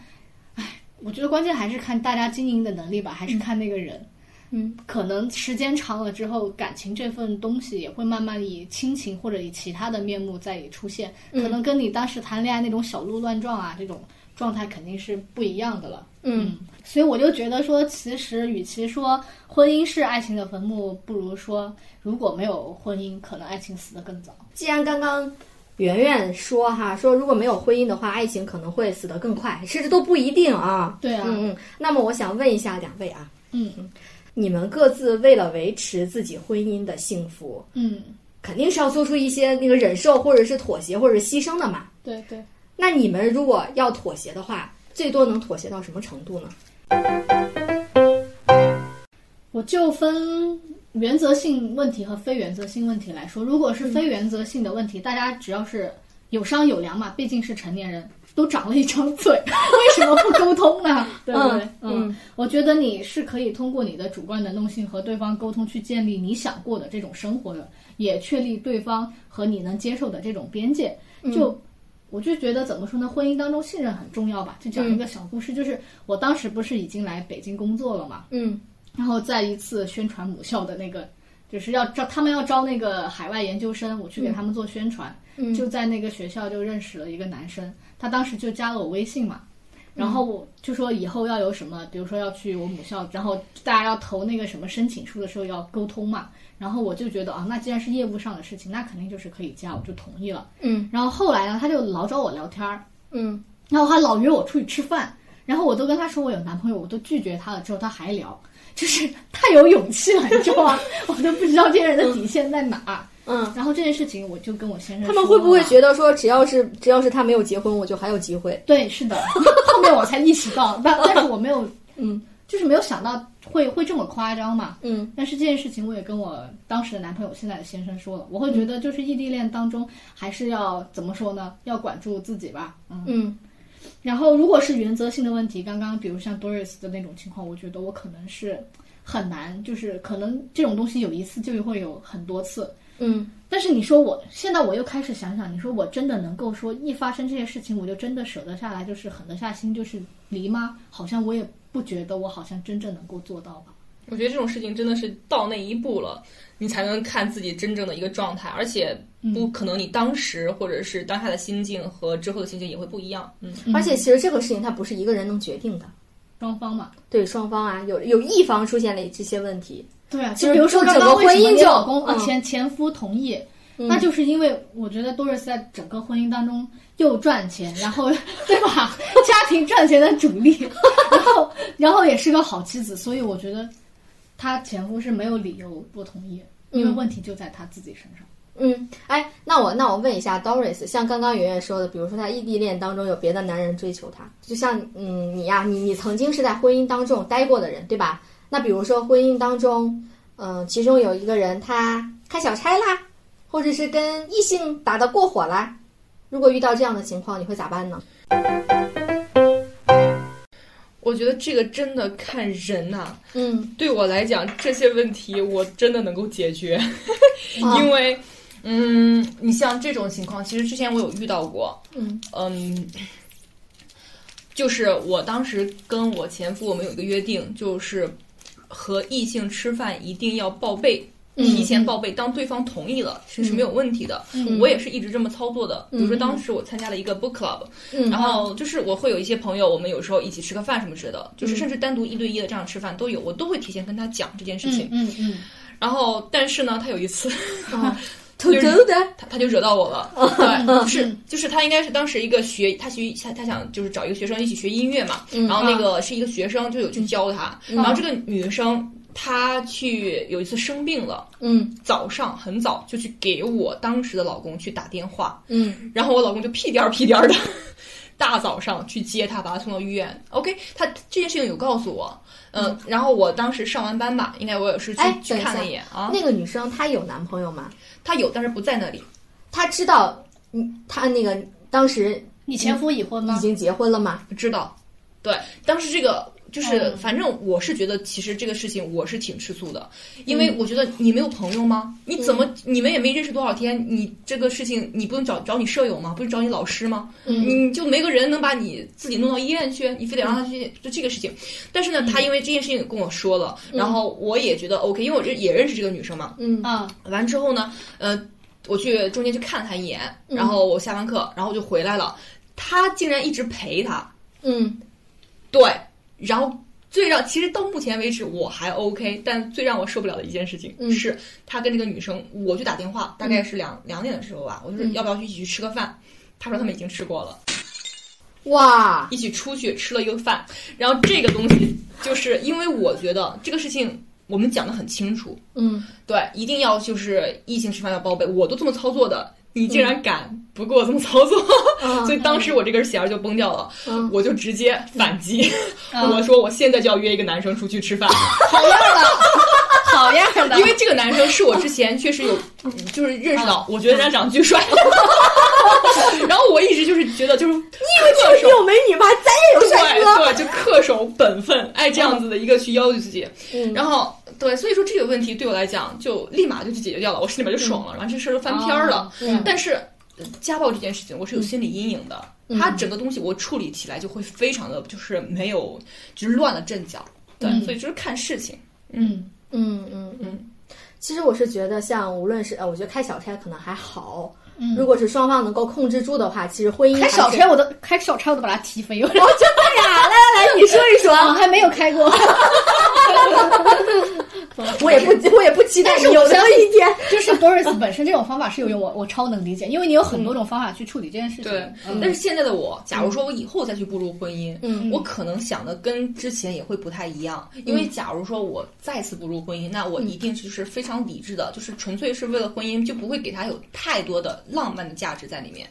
[SPEAKER 3] 唉，我觉得关键还是看大家经营的能力吧，还是看那个人。
[SPEAKER 2] 嗯，
[SPEAKER 3] 可能时间长了之后，感情这份东西也会慢慢以亲情或者以其他的面目再以出现，可能跟你当时谈恋爱那种小鹿乱撞啊这种状态肯定是不一样的了。
[SPEAKER 2] 嗯，
[SPEAKER 3] 所以我就觉得说，其实与其说婚姻是爱情的坟墓，不如说如果没有婚姻，可能爱情死得更早。
[SPEAKER 2] 既然刚刚圆圆说哈，说如果没有婚姻的话，爱情可能会死得更快，甚至都不一定啊。
[SPEAKER 3] 对啊
[SPEAKER 2] 嗯嗯。那么我想问一下两位啊，
[SPEAKER 3] 嗯
[SPEAKER 2] 你们各自为了维持自己婚姻的幸福，
[SPEAKER 3] 嗯，
[SPEAKER 2] 肯定是要做出一些那个忍受或者是妥协或者是牺牲的嘛。
[SPEAKER 3] 对对。
[SPEAKER 2] 那你们如果要妥协的话，最多能妥协到什么程度呢？
[SPEAKER 3] 我就分原则性问题和非原则性问题来说。如果是非原则性的问题，大家只要是有商有量嘛，毕竟是成年人，都长了一张嘴， 为什么不沟通呢？对不对？
[SPEAKER 2] 嗯嗯
[SPEAKER 3] 我觉得你是可以通过你的主观能动性和对方沟通，去建立你想过的这种生活的，也确立对方和你能接受的这种边界。
[SPEAKER 2] 嗯
[SPEAKER 3] 就、我就觉得怎么说呢，婚姻当中信任很重要吧。就讲一个小故事，就是我当时不是已经来北京工作了嘛，
[SPEAKER 2] 嗯
[SPEAKER 3] 然后再一次宣传母校的那个，就是要招他们要招那个海外研究生，我去给他们做
[SPEAKER 2] 嗯
[SPEAKER 3] 宣传，就在那个学校就认识了一个男生，他当时就加了我微信嘛，然后我就说以后要有什么，比如说要去我母校，然后大家要投那个什么申请书的时候要沟通嘛。然后我就觉得啊，那既然是业务上的事情，那肯定就是可以加，我就同意了。
[SPEAKER 2] 嗯
[SPEAKER 3] 然后后来呢，他就老找我聊天儿，
[SPEAKER 2] 嗯
[SPEAKER 3] 然后还老约我出去吃饭，然后我都跟他说我有男朋友，我都拒绝他了，之后他还聊， 就是太有勇气了，你知 道吗？我都不知道这些人的底线在哪儿。
[SPEAKER 2] 嗯，
[SPEAKER 3] 然后这件事情我就跟我先生
[SPEAKER 2] 他们会不会
[SPEAKER 3] 学？
[SPEAKER 2] 觉得说，只要是只要是他没有结婚，我就还有机会？
[SPEAKER 3] 对，是的，后面我才意识到， 但但是我没有，
[SPEAKER 2] 嗯，
[SPEAKER 3] 就是没有想到会会这么夸张嘛。
[SPEAKER 2] 嗯
[SPEAKER 3] 但是这件事情我也跟我当时的男朋友，现在的先生说了，我会觉得就是异地恋当中还是要怎么说呢？要管住自己吧，嗯。
[SPEAKER 2] 嗯
[SPEAKER 3] 然后如果是原则性的问题，刚刚比如像 Doris 的那种情况，我觉得我可能是很难，就是可能这种东西有一次就会有很多次，
[SPEAKER 2] 嗯
[SPEAKER 3] 但是你说我现在我又开始想想，你说我真的能够说一发生这些事情我就真的舍得下来，就是狠得下心，就是离吗？好像我也不觉得我好像真正能够做到吧。
[SPEAKER 4] 我觉得这种事情真的是到那一步了，你才能看自己真正的一个状态，而且不可能你当时或者是当下的心境和之后的心境也会不一样。嗯，
[SPEAKER 2] 而且其实这个事情它不是一个人能决定的，
[SPEAKER 3] 双方嘛，
[SPEAKER 2] 对双方啊，有有一方出现了这些问题，
[SPEAKER 3] 对啊，
[SPEAKER 2] 就
[SPEAKER 3] 就比如说
[SPEAKER 2] 就
[SPEAKER 3] 刚
[SPEAKER 2] 整
[SPEAKER 3] 刚
[SPEAKER 2] 个
[SPEAKER 3] 为什么
[SPEAKER 2] 婚姻
[SPEAKER 3] 你
[SPEAKER 2] 就
[SPEAKER 3] 老公啊
[SPEAKER 2] 嗯
[SPEAKER 3] 前前夫同意，那就是因为我觉得多瑞斯在整个婚姻当中又赚钱，然后对吧，家庭赚钱的主力， 然后然后也是个好妻子，所以我觉得她前夫是没有理由不同意，因为
[SPEAKER 2] 嗯
[SPEAKER 3] 问题就在她自己身上。
[SPEAKER 2] 嗯，哎，那我那我问一下 Doris，像刚刚圆圆说的，比如说她异地恋当中有别的男人追求她，就像嗯你呀、你你曾经是在婚姻当中待过的人，对吧？那比如说婚姻当中，嗯、其中有一个人他开小差啦，或者是跟异性打得过火啦，如果遇到这样的情况，你会咋办呢？
[SPEAKER 4] 我觉得这个真的看人呐、
[SPEAKER 2] 嗯，
[SPEAKER 4] 对我来讲，这些问题我真的能够解决，
[SPEAKER 2] 啊
[SPEAKER 4] 哎因为，嗯，你像这种情况，其实之前我有遇到过，
[SPEAKER 2] 嗯
[SPEAKER 4] 嗯，就是我当时跟我前夫，我们有一个约定，就是和异性吃饭一定要报备，
[SPEAKER 2] 嗯
[SPEAKER 4] 提前报备，当对方同意了，其实是没有问题的。
[SPEAKER 3] 嗯
[SPEAKER 4] 我也是一直这么操作的。比如说，当时我参加了一个 book club，、
[SPEAKER 2] 嗯
[SPEAKER 4] 然
[SPEAKER 3] 哦
[SPEAKER 4] 后就是我会有一些朋友，我们有时候一起吃个饭什么之类的，
[SPEAKER 3] 嗯
[SPEAKER 4] 就是甚至单独一对一的这样吃饭都有，我都会提前跟他讲这件事情。
[SPEAKER 3] 嗯嗯，
[SPEAKER 4] 然后，但是呢，他有一次，
[SPEAKER 2] 啊， 土豆的，
[SPEAKER 4] 他他就惹到我了，
[SPEAKER 2] 嗯
[SPEAKER 4] 对，就是就是他应该是当时一个学他学他他想就是找一个学生一起学音乐嘛，
[SPEAKER 2] 嗯
[SPEAKER 4] 然后那个是一个学生就有去教他，然后这个女生她去有一次生病了，
[SPEAKER 2] 嗯
[SPEAKER 4] 早上很早就去给我当时的老公去打电话，
[SPEAKER 2] 嗯
[SPEAKER 4] 然后我老公就屁颠儿屁颠儿的 大早上去接她，把她送到医院。OK，他这件事情有告诉我，嗯、然后我当时上完班吧，应该我也是去
[SPEAKER 2] 哎
[SPEAKER 4] 去
[SPEAKER 2] 等一
[SPEAKER 4] 看了
[SPEAKER 2] 下
[SPEAKER 4] 一眼啊，
[SPEAKER 2] 那个女生她有男朋友吗？
[SPEAKER 4] 她有但是不在那里，
[SPEAKER 2] 她知道，嗯，她那个当时
[SPEAKER 3] 你前夫已婚
[SPEAKER 2] 已
[SPEAKER 3] 吗？
[SPEAKER 2] 经结婚了吗？
[SPEAKER 4] 不知道。对，当时这个就是，
[SPEAKER 3] 嗯
[SPEAKER 4] 反正我是觉得，其实这个事情我是挺吃醋的，因为我觉得你没有朋友吗？你怎么、你们也没认识多少天，你这个事情你不能找找你舍友吗？不是找你老师吗？你就没个人能把你自己弄到医院去，你非得让他去、就这个事情。但是呢，他因为这件事情跟我说了，然后我也觉得 OK，因为我这也认识这个女生嘛，
[SPEAKER 2] 嗯
[SPEAKER 3] 啊，
[SPEAKER 4] 完之后呢，呃，我去中间去看他一眼，
[SPEAKER 2] 嗯
[SPEAKER 4] 然后我下完课，然后我就回来了，他竟然一直陪他，
[SPEAKER 2] 嗯
[SPEAKER 4] 对，然后最让其实到目前为止我还 OK，但最让我受不了的一件事情、
[SPEAKER 2] 嗯
[SPEAKER 4] 是，他跟这个女生，我就打电话，大概是两、两点的时候吧，我就
[SPEAKER 2] 嗯
[SPEAKER 4] 说要不要去一起去吃个饭，他说他们已经吃过了。
[SPEAKER 2] 哇，
[SPEAKER 4] 一起出去吃了一个饭，然后这个东西就是因为我觉得这个事情我们讲的很清楚，
[SPEAKER 2] 嗯
[SPEAKER 4] 对，一定要就是异性吃饭要报备，我都这么操作的，你竟
[SPEAKER 2] 嗯
[SPEAKER 4] 然敢不给我这么操作，
[SPEAKER 2] 啊
[SPEAKER 4] 所以当时我这根弦儿就崩掉了，
[SPEAKER 2] 嗯
[SPEAKER 4] 我就直接反击，
[SPEAKER 3] 嗯
[SPEAKER 4] 我说我现在就要约一个男生出去吃饭，
[SPEAKER 2] 好样的，好样的
[SPEAKER 4] 因为这个男生是我之前确实有，就是认识啊到，我觉得人家长得巨帅， 然后我一直就是觉得就是恪守。
[SPEAKER 2] 有美女吗？咱也有
[SPEAKER 4] 对
[SPEAKER 2] 帅哥。
[SPEAKER 4] 对，就恪守本分，爱这样子的一个去要求自己。
[SPEAKER 2] 嗯
[SPEAKER 4] 然后对，所以说这个问题对我来讲，就立马就去解决掉了，我心里面就爽了，然后这事儿就翻篇儿了。
[SPEAKER 2] 嗯
[SPEAKER 4] 但是呃家暴这件事情，我是有心理阴影的，它整个东西我处理起来就会非常的就是没有，就是乱了阵脚。对，
[SPEAKER 3] 嗯
[SPEAKER 4] 所以就是看事情。
[SPEAKER 3] 嗯
[SPEAKER 2] 嗯嗯嗯
[SPEAKER 4] 嗯。
[SPEAKER 2] 其实我是觉得，像无论是呃，我觉得开小差可能还好，
[SPEAKER 3] 嗯，
[SPEAKER 2] 如果是双方能够控制住的话，其实婚姻
[SPEAKER 3] 开小
[SPEAKER 2] 还是
[SPEAKER 3] 差我都开小差我都把他踢飞了。
[SPEAKER 2] 哦，真的呀？你说一说，
[SPEAKER 3] 啊，还没有开 过。
[SPEAKER 2] 我也不，我也不期待
[SPEAKER 3] 但是
[SPEAKER 2] 你有
[SPEAKER 3] 我
[SPEAKER 2] 那
[SPEAKER 3] 相
[SPEAKER 2] 么
[SPEAKER 3] 信
[SPEAKER 2] 一天。
[SPEAKER 3] 就是 Doris 本身这种方法是有用，我我超能理解，因为你有很多种方法去处理这件事情。
[SPEAKER 4] 对，但是现在的我，假如说我以后再去步入婚姻，
[SPEAKER 2] 嗯
[SPEAKER 4] 我可能想的跟之前也会不太一样，因为假如说我再次步入婚姻，那我一定就是非常理智的，
[SPEAKER 2] 嗯
[SPEAKER 4] 就是纯粹是为了婚姻，就不会给他有太多的浪漫的价值在里面。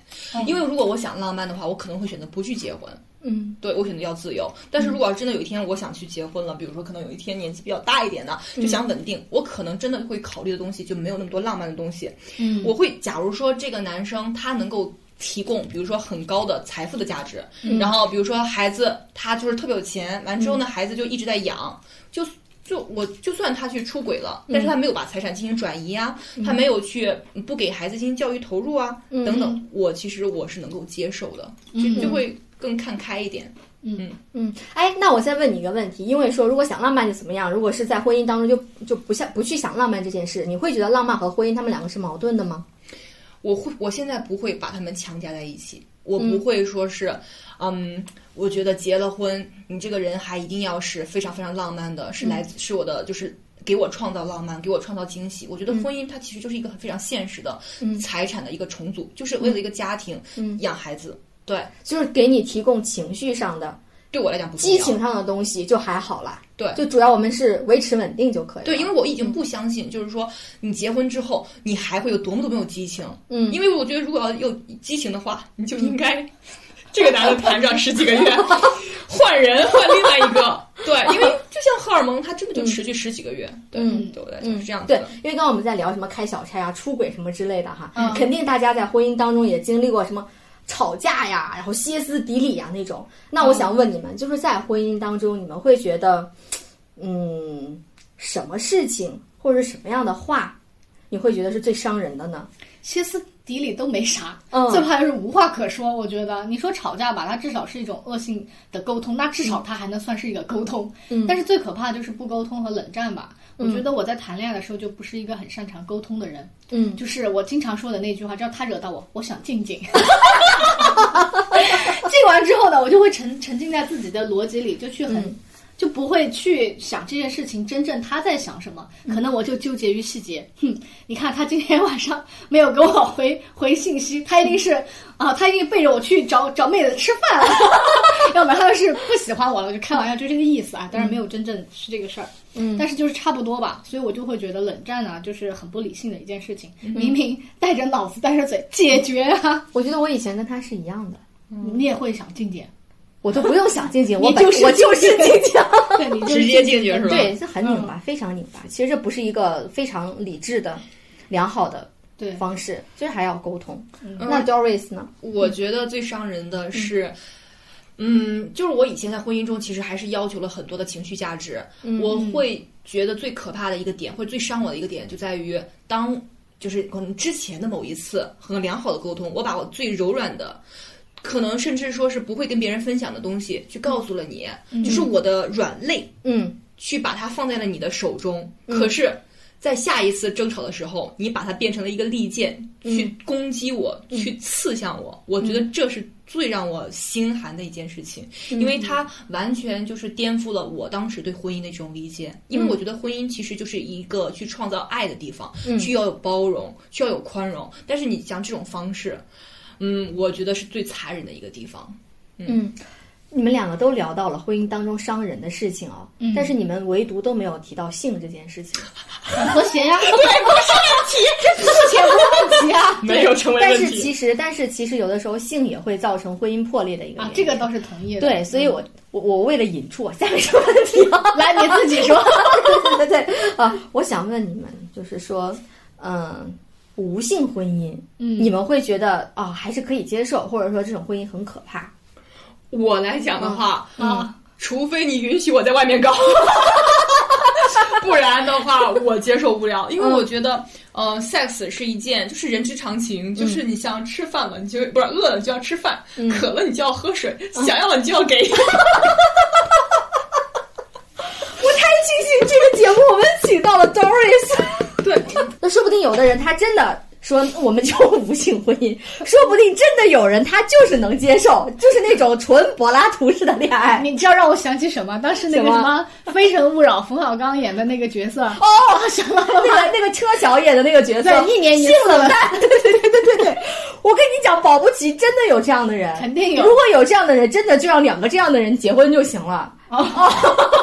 [SPEAKER 4] 因为如果我想浪漫的话，我可能会选择不去结婚。
[SPEAKER 2] 嗯，
[SPEAKER 4] 对我选择要自由。但是如果真的有一天我想去结婚了，比如说可能有一天年纪比较大一点的，就想稳定，我可能真的会考虑的东西就没有那么多浪漫的东西。嗯，我会假如说这个男生他能够。提供，比如说很高的财富的价值，然后比如说孩子他就是特别有钱，完之后呢，孩子就一直在养，就就我就算他去出轨了，但是他没有把财产进行转移啊，
[SPEAKER 2] 嗯
[SPEAKER 4] 他没有去不给孩子进行教育投入啊，等等，我其实我是能够接受的，
[SPEAKER 3] 嗯
[SPEAKER 4] 就就会更看开一点。
[SPEAKER 2] 嗯，哎，那我再问你一个问题，因为说如果想浪漫就怎么样？如果是在婚姻当中就就不想不去想浪漫这件事，你会觉得浪漫和婚姻他们两个是矛盾的吗？
[SPEAKER 4] 我会，我现在不会把他们强加在一起，我不会说是，嗯我觉得结了婚，你这个人还一定要是非常非常浪漫的，是
[SPEAKER 2] 嗯
[SPEAKER 4] 来自、是我的就是。给我创造浪漫，给我创造惊喜。我觉得
[SPEAKER 2] 嗯
[SPEAKER 4] 婚姻它其实就是一个非常现实的财产的一个重组，就是
[SPEAKER 2] 嗯
[SPEAKER 4] 为了一个家庭、养孩子。对，
[SPEAKER 2] 就是给你提供情绪上的、
[SPEAKER 4] 对我来讲不重
[SPEAKER 2] 激
[SPEAKER 4] 要。
[SPEAKER 2] 情上的东西就还好啦。
[SPEAKER 4] 对
[SPEAKER 2] 就主要我们是维持稳定就可以了。
[SPEAKER 4] 对，因为我已经
[SPEAKER 2] 嗯
[SPEAKER 4] 不相信，就是说你结婚之后，你还会有多么多么有激情。嗯，因为我觉得如果要有激情的话，你就应该 这个男的谈上十几 个月，换人换另外一 个。对，因为就像荷尔蒙，它真的就持续十几个月。
[SPEAKER 2] 嗯
[SPEAKER 4] 对，对我来讲是这样子
[SPEAKER 2] 对
[SPEAKER 4] 的。，
[SPEAKER 2] 因为刚刚我们在聊什么开小差啊、出轨什么之类的哈，肯定大家在婚姻当中也经历过什么吵架呀，然后歇斯底里呀那种。那我想问你们，就是在婚姻当中，你们会觉得，嗯，什么事情或者什么样的话，你会觉得是最伤人的呢？
[SPEAKER 3] 歇斯底里都没啥，
[SPEAKER 2] 嗯
[SPEAKER 3] 最怕就是无话可说。我觉得你说吵架吧，它至少是一种恶性的沟通，那至少它还能算是一个沟通。
[SPEAKER 2] 嗯
[SPEAKER 3] 但是最可怕的就是不沟通和冷战吧。我觉得我在谈恋爱的时候就不是一个很擅长沟通的人，
[SPEAKER 2] 嗯，
[SPEAKER 3] 就是我经常说的那句话，只要他惹到我，我想静静。静完之后呢，我就会沉沉浸在自己的逻辑里，就去很、就不会去想这件事情真正他在想什么，可能我就纠结于细节。哼，你看他今天晚上没有给我回回信息，他一定是啊，他一定背着我去找找妹子吃饭了， 要不然他就是不喜欢我了，我就开玩笑，就这个意思啊。当然没有真正是这个事儿，嗯，但是就是差不多吧。所以我就会觉得冷战啊，就是很不理性的一件事情，
[SPEAKER 2] 嗯
[SPEAKER 3] 明明带着脑子带着嘴解决啊，
[SPEAKER 2] 我觉得我以前跟他是一样的，
[SPEAKER 3] 你也会想静静，
[SPEAKER 2] 我都不用想静嗯 静，我
[SPEAKER 3] 你
[SPEAKER 2] 本
[SPEAKER 3] 就是
[SPEAKER 2] 我就是静静。
[SPEAKER 3] 对你就是
[SPEAKER 4] 直接进去是吧？
[SPEAKER 2] 对，这很拧巴，非常拧巴。其实这不是一个非常理智的、良好的
[SPEAKER 3] 对
[SPEAKER 2] 方式，就是还要沟通。
[SPEAKER 3] 嗯
[SPEAKER 4] 嗯
[SPEAKER 2] 那 Doris 呢？
[SPEAKER 4] 我觉得最伤人的是。嗯就是我以前在婚姻中，其实还是要求了很多的情绪价值。
[SPEAKER 2] 嗯
[SPEAKER 4] 我会觉得最可怕的一个点，或者最伤我的一个点，就在于当就是可能之前的某一次很良好的沟通，我把我最柔软的，可能甚至说是不会跟别人分享的东西，去告诉了你，
[SPEAKER 3] 嗯
[SPEAKER 4] 就是我的软肋，
[SPEAKER 2] 嗯，
[SPEAKER 4] 去把它放在了你的手中。可是，在下一次争吵的时候，你把它变成了一个利剑，去攻击我，去刺向我。我觉得这是最让我心寒的一件事情，因为它完全就是颠覆了我当时对婚姻的一种理解。因为我觉得婚姻其实就是一个去创造爱的地方，需要有包容，需要有宽容。但是你像这种方式，嗯，我觉得是最残忍的一个地方。
[SPEAKER 3] 嗯
[SPEAKER 2] 嗯你们两个都聊到了婚姻当中伤人的事情啊、
[SPEAKER 3] 嗯
[SPEAKER 2] 但是你们唯独都没有提到性这件事情。
[SPEAKER 3] 很和谐 呀、对，不是问题，这目前不是问题啊。
[SPEAKER 4] 没有成
[SPEAKER 2] 但是其实，但是其实有的时候性也会造成婚姻破裂的一个
[SPEAKER 3] 啊，
[SPEAKER 2] 原
[SPEAKER 3] 这
[SPEAKER 2] 因
[SPEAKER 3] 个倒嗯是同意的。
[SPEAKER 2] 对，所以我我我为了引出我下面这个问题啊，
[SPEAKER 3] 来你自己说。
[SPEAKER 2] 对对对啊，我想问你们，就是说，嗯，无性婚姻，嗯，你们会觉得哦，还是可以接受，或者说这种婚姻很可怕？
[SPEAKER 4] 我来讲的话，啊，除非你允许我在外面搞， 不然的话我接受不了，因为我觉得，呃，sex 是一件就是人之常情，就是你像吃饭了，你就不是饿了就要吃饭，渴了你就要喝水，想要了你就要给。
[SPEAKER 2] 我太 庆幸这个节目我们请到了 Doris，
[SPEAKER 4] 对，
[SPEAKER 2] 那说不定有的人他真的说我们就无性婚姻，说不定真的有人他就是能接受，就是那种纯柏拉图式的恋爱。
[SPEAKER 3] 你知道让我想起什么？当时那个
[SPEAKER 2] 什
[SPEAKER 3] 什
[SPEAKER 2] 么
[SPEAKER 3] 么《非诚勿扰》，冯小刚演的那个角色，
[SPEAKER 2] 哦，什么那个那个车晓演的那个角色，
[SPEAKER 3] 对一年一次
[SPEAKER 2] 性冷淡， 对对对对对对。我跟你讲，保不齐真的有这样的人，
[SPEAKER 3] 肯定有
[SPEAKER 2] 如果有这样的人，真的就让两个这样的人结婚就行了。
[SPEAKER 3] 哦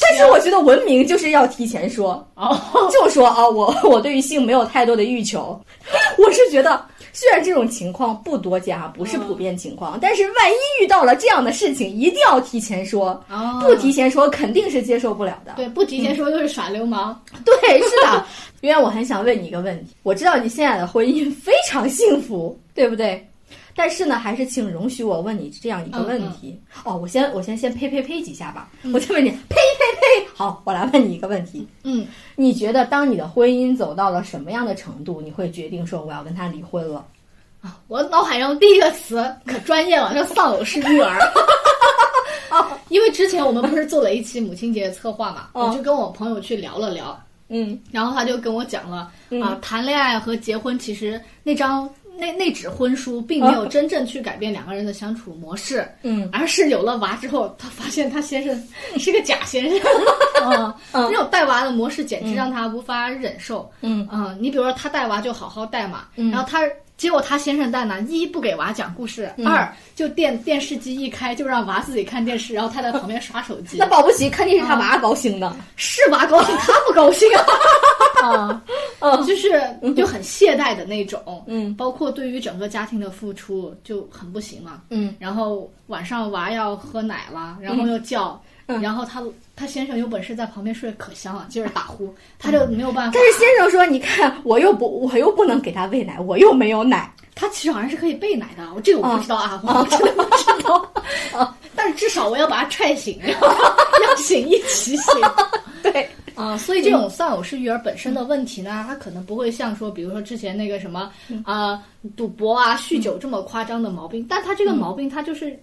[SPEAKER 2] 但是我觉得文明就是要提前说，
[SPEAKER 3] 哦，
[SPEAKER 2] 就说啊，我我对于性没有太多的欲求。 我是觉得，虽然这种情况不多见啊，不是普遍情况，但是万一遇到了这样的事情，一定要提前说，
[SPEAKER 3] 哦
[SPEAKER 2] 不提前说肯定是接受不了的。
[SPEAKER 3] 对，不提前说就是耍流氓。
[SPEAKER 2] 对，是的。 因为我很想问你一个问题，我知道你现在的婚姻非常幸福，对不对？但是呢，还是请容许我问你这样一个问题。哦，我先我先先呸呸呸几下吧，我再问你呸呸呸。好，我来问你一个问题，
[SPEAKER 3] 嗯，
[SPEAKER 2] 你觉得当你的婚姻走到了什么样的程度，你会决定说我要跟他离婚了？
[SPEAKER 3] 我脑海中第一个词可专业了，叫丧偶式育 儿。
[SPEAKER 2] 哦
[SPEAKER 3] 因为之前我们不是做了一期母亲节策划嘛，
[SPEAKER 2] 嗯
[SPEAKER 3] 我就跟我朋友去聊了聊，
[SPEAKER 2] 嗯
[SPEAKER 3] 然后他就跟我讲了
[SPEAKER 2] 嗯
[SPEAKER 3] 啊，谈恋爱和结婚其实那张那那纸婚书并没有
[SPEAKER 2] 哦
[SPEAKER 3] 真正去改变两个人的相处模式，
[SPEAKER 2] 嗯
[SPEAKER 3] 而是有了娃之后，他发现他先生是个假先生， 嗯，
[SPEAKER 2] 嗯
[SPEAKER 3] 那种带娃的模式简直让他无法忍受，
[SPEAKER 2] 嗯
[SPEAKER 3] 嗯，你比如说他带娃就好好带嘛，
[SPEAKER 2] 嗯
[SPEAKER 3] 然后他结果他先生带呢，一不给娃讲故事，
[SPEAKER 2] 嗯
[SPEAKER 3] 二就电电视机一开就让娃自己看电视，然后他在旁边刷手机，
[SPEAKER 2] 那保不齐肯定是他娃高兴的。
[SPEAKER 3] 是娃高兴他不高兴 啊，
[SPEAKER 2] 嗯
[SPEAKER 3] 就是就很懈怠的那种，
[SPEAKER 2] 嗯
[SPEAKER 3] 包括对于整个家庭的付出就很不行嘛，
[SPEAKER 2] 嗯
[SPEAKER 3] 然后晚上娃要喝奶了，然后又叫，
[SPEAKER 2] 嗯
[SPEAKER 3] 然后他他先生有本事在旁边睡可香了，接着打呼，他就没有办法。
[SPEAKER 2] 嗯但是先生说，你看我又不我又不能给他喂奶，我又没有奶。
[SPEAKER 3] 他其实好像是可以备奶的，我这个我不知道啊，我真的不知道。 但是至少我要把他踹醒，然后要醒一起 醒。
[SPEAKER 2] 对，
[SPEAKER 3] 啊，所以这种丧偶式育儿本身的问题呢，它可能不会像说，比如说之前那个什么啊、赌博啊、酗酒这么夸张的毛病，但它这个毛病它就是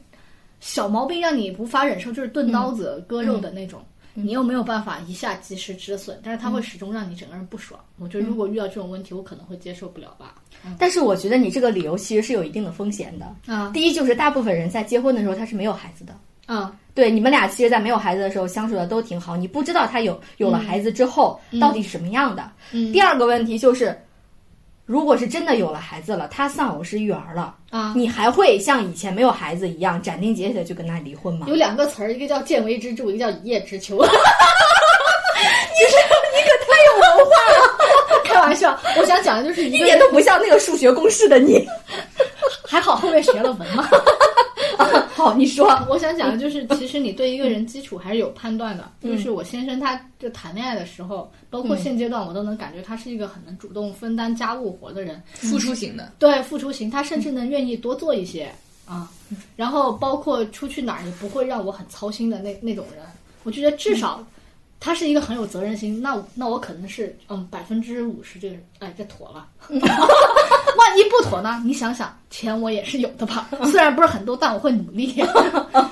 [SPEAKER 3] 小毛病，让你无法忍受，就是钝刀子割肉的那种。你又没有办法一下及时止损，但是它会始终让你整个人不爽。我觉得如果遇到这种问题，我可能会接受不了吧。
[SPEAKER 2] 但是我觉得你这个理由其实是有一定的风险的。
[SPEAKER 3] 啊
[SPEAKER 2] 第一就是大部分人在结婚的时候他是没有孩子的，
[SPEAKER 3] 啊，
[SPEAKER 2] 对，你们俩其实，在没有孩子的时候相处的都挺好，你不知道他有有了孩子之后、到底是什么样的。
[SPEAKER 3] 嗯
[SPEAKER 2] 第二个问题就是，如果是真的有了孩子了，他丧偶式育儿了，
[SPEAKER 3] 啊
[SPEAKER 2] 你还会像以前没有孩子一样斩钉截铁的去跟他离婚吗？
[SPEAKER 3] 有两个词儿，一个叫“见微知著”，一个叫“一叶知秋”。你这你可太有文化了！开玩笑，我想讲的就是一
[SPEAKER 2] 一
[SPEAKER 3] 个
[SPEAKER 2] 点都不像那个数学公式的 你。
[SPEAKER 3] 还好后面学了文嘛。
[SPEAKER 2] 好，哦你说，
[SPEAKER 3] 我想讲的就是，其实你对一个人基础还是有判断的。就是我先生他就谈恋爱的时候，包括现阶段，我都能感觉他是一个很能主动分担家务活的人。
[SPEAKER 4] 付出型的，
[SPEAKER 3] 对付出型，他甚至能愿意多做一些啊，然后包括出去哪儿也不会让我很操心的那那种人，我觉得至少他是一个很有责任心。那我那我可能是嗯百分之五十这个人，哎，这妥了。 万一不妥呢？你想想，钱我也是有的吧，虽然不是很多，但我会努力。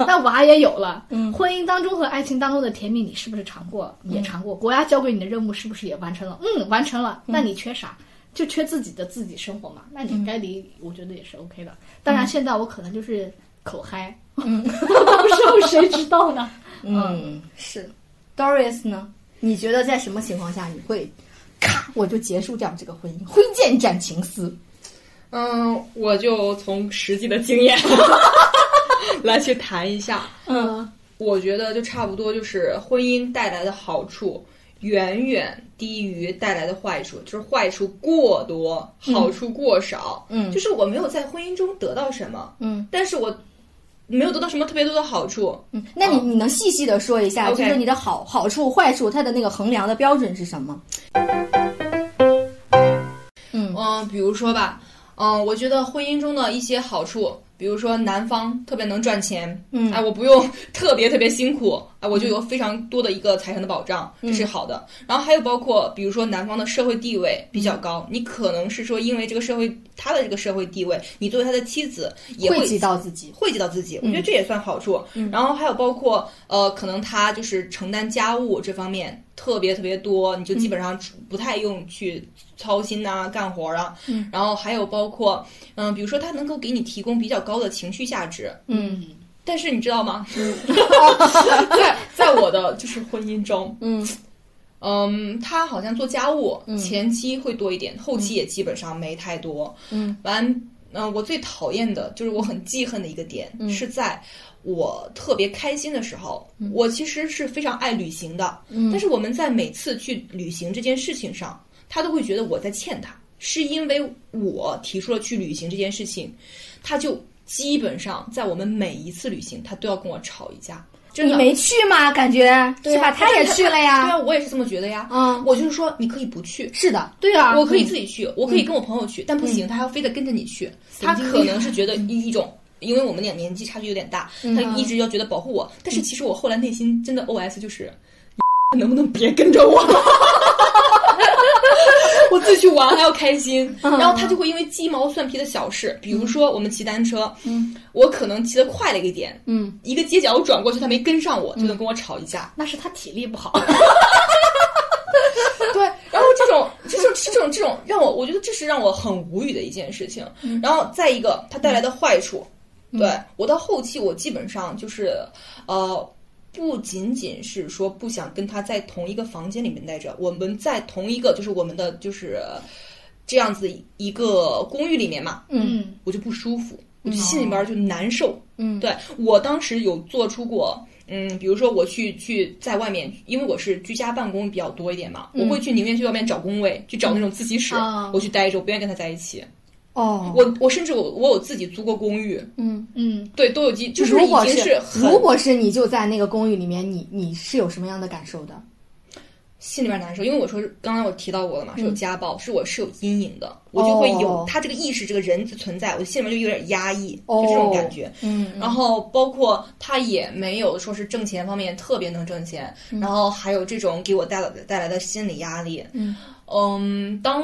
[SPEAKER 3] 那娃也有了，婚姻当中和爱情当中的甜蜜，你是不是尝过？也尝过。国家交给你的任务是不是也完成了？嗯，完成了。那你缺啥？就缺自己的自己生活嘛。
[SPEAKER 2] 嗯
[SPEAKER 3] 那你该离，我觉得也是 OK 的。当然，现在我可能就是口嗨， 到时候谁知道 呢？
[SPEAKER 2] 嗯，是。Doris 呢？你觉得在什么情况下你会咔我就结束掉这个婚姻，挥剑斩情丝？
[SPEAKER 4] 嗯，我就从实际的经验 来去谈一下。
[SPEAKER 3] 嗯
[SPEAKER 4] 我觉得就差不多，就是婚姻带来的好处远远低于带来的坏处，就是坏处过多，好处过少。
[SPEAKER 2] 嗯
[SPEAKER 4] 就是我没有在婚姻中得到什么，
[SPEAKER 2] 嗯
[SPEAKER 4] 但是我没有得到什么特别多的好处。
[SPEAKER 2] 嗯，那你你能细细的说一下，就
[SPEAKER 4] OK
[SPEAKER 2] 是你的好好处、坏处，它的那个衡量的标准是什么？嗯
[SPEAKER 4] 嗯嗯，比如说吧，嗯，我觉得婚姻中的一些好处，比如说男方特别能赚钱，
[SPEAKER 2] 嗯
[SPEAKER 4] 哎，我不用特别特别辛苦，哎，我就有非常多的一个财产的保障，这是好的。然后还有包括，比如说男方的社会地位比较高，你可能是说因为这个社会他的这个社会地位，你作为他的妻子也
[SPEAKER 2] 惠
[SPEAKER 4] 会
[SPEAKER 2] 及到自己。
[SPEAKER 4] 惠及到自己，我觉得这也算好处。然后还有包括呃，可能他就是承担家务这方面特别特别多，你就基本上不太用去操心呐、干活啊。
[SPEAKER 2] 嗯
[SPEAKER 4] 然后还有包括嗯、比如说他能够给你提供比较高的情绪价值，
[SPEAKER 2] 嗯
[SPEAKER 4] 但是你知道吗？ 在在我的就是婚姻中，
[SPEAKER 2] 嗯
[SPEAKER 4] 嗯，他好像做家务、
[SPEAKER 2] 嗯
[SPEAKER 4] 前期会多一点，后期也基本上没太多。
[SPEAKER 2] 嗯
[SPEAKER 4] 完，嗯、我最讨厌的就是我很记恨的一个点，
[SPEAKER 2] 嗯
[SPEAKER 4] 是在我特别开心的时候，我其实是非常爱旅行的，
[SPEAKER 2] 嗯
[SPEAKER 4] 但是我们在每次去旅行这件事情上，他都会觉得我在欠他，是因为我提出了去旅行这件事情，他就基本上在我们每一次旅行，他都要跟我吵一架，真
[SPEAKER 2] 你
[SPEAKER 4] 的。
[SPEAKER 2] 没去吗？感觉
[SPEAKER 4] 对
[SPEAKER 2] 是
[SPEAKER 4] 啊
[SPEAKER 2] 吧？他也去了
[SPEAKER 4] 对啊，
[SPEAKER 2] 呀。
[SPEAKER 4] 我也是这么觉得呀。
[SPEAKER 2] 嗯
[SPEAKER 4] 我就是说，你可以不去，
[SPEAKER 2] 是的，
[SPEAKER 3] 对啊，
[SPEAKER 4] 我可以
[SPEAKER 3] 嗯
[SPEAKER 4] 自己去，我可以跟我朋友去，但不行，他还要非得跟着你去。他可能是觉
[SPEAKER 3] 嗯
[SPEAKER 4] 得一一种，因为我们俩年纪差距有点大，他一直要觉得保护我。但
[SPEAKER 3] 嗯
[SPEAKER 4] 是其实我后来内心真的 OS 就是， 你能不能别跟着我 了？我自己去玩还要开心，
[SPEAKER 3] 嗯
[SPEAKER 4] 然后他就会因为鸡毛蒜皮的小事，比如说我们骑单车，
[SPEAKER 2] 嗯
[SPEAKER 4] 我可能骑得快了一个点，
[SPEAKER 2] 嗯，
[SPEAKER 4] 一个街角我转过去，他没跟上
[SPEAKER 3] 嗯
[SPEAKER 4] 我，就能跟我吵一架。
[SPEAKER 3] 那是他体力不好，
[SPEAKER 4] 对，然后这种这种这种这种让我我觉得这是让我很无语的一件事情。然后再一个，它带来的坏处，对我到后期我基本上就是呃。不仅仅是说不想跟他在同一个房间里面待着，我们在同一个就是我们的就是这样子一个公寓里面嘛，
[SPEAKER 2] 嗯
[SPEAKER 3] 嗯，
[SPEAKER 4] 我就不舒服，我就心里边就难受。
[SPEAKER 2] 嗯，
[SPEAKER 4] 对我当时有做出过，嗯，比如说我去去在外面，因为我是居家办公比较多一点嘛，
[SPEAKER 2] 嗯
[SPEAKER 4] 我会去宁愿去外面找工位，去找那种自习室，
[SPEAKER 3] 啊
[SPEAKER 4] 我去待着，我不愿意跟他在一起。
[SPEAKER 2] 哦，
[SPEAKER 4] 我我甚至我我有自己租过公寓，
[SPEAKER 2] 嗯，
[SPEAKER 3] 嗯，
[SPEAKER 4] 对，都有机，就是
[SPEAKER 2] 如
[SPEAKER 4] 已
[SPEAKER 2] 果
[SPEAKER 4] 经是很
[SPEAKER 2] 如果是你就在那个公寓里面，你你是有什么样的感受的？
[SPEAKER 4] 心里边难受，因为我说刚刚我提到过了嘛，是有家暴，是我是有阴影的，我就会有
[SPEAKER 2] 嗯哦
[SPEAKER 4] 他这个意识，这个人存在，我心里面就有点压抑，
[SPEAKER 2] 哦
[SPEAKER 4] 就这种感觉。
[SPEAKER 2] 嗯
[SPEAKER 4] 然后包括他也没有说是挣钱方面特别能挣钱，然后还有这种给我带来带来的心理压力。
[SPEAKER 2] 嗯
[SPEAKER 4] 嗯当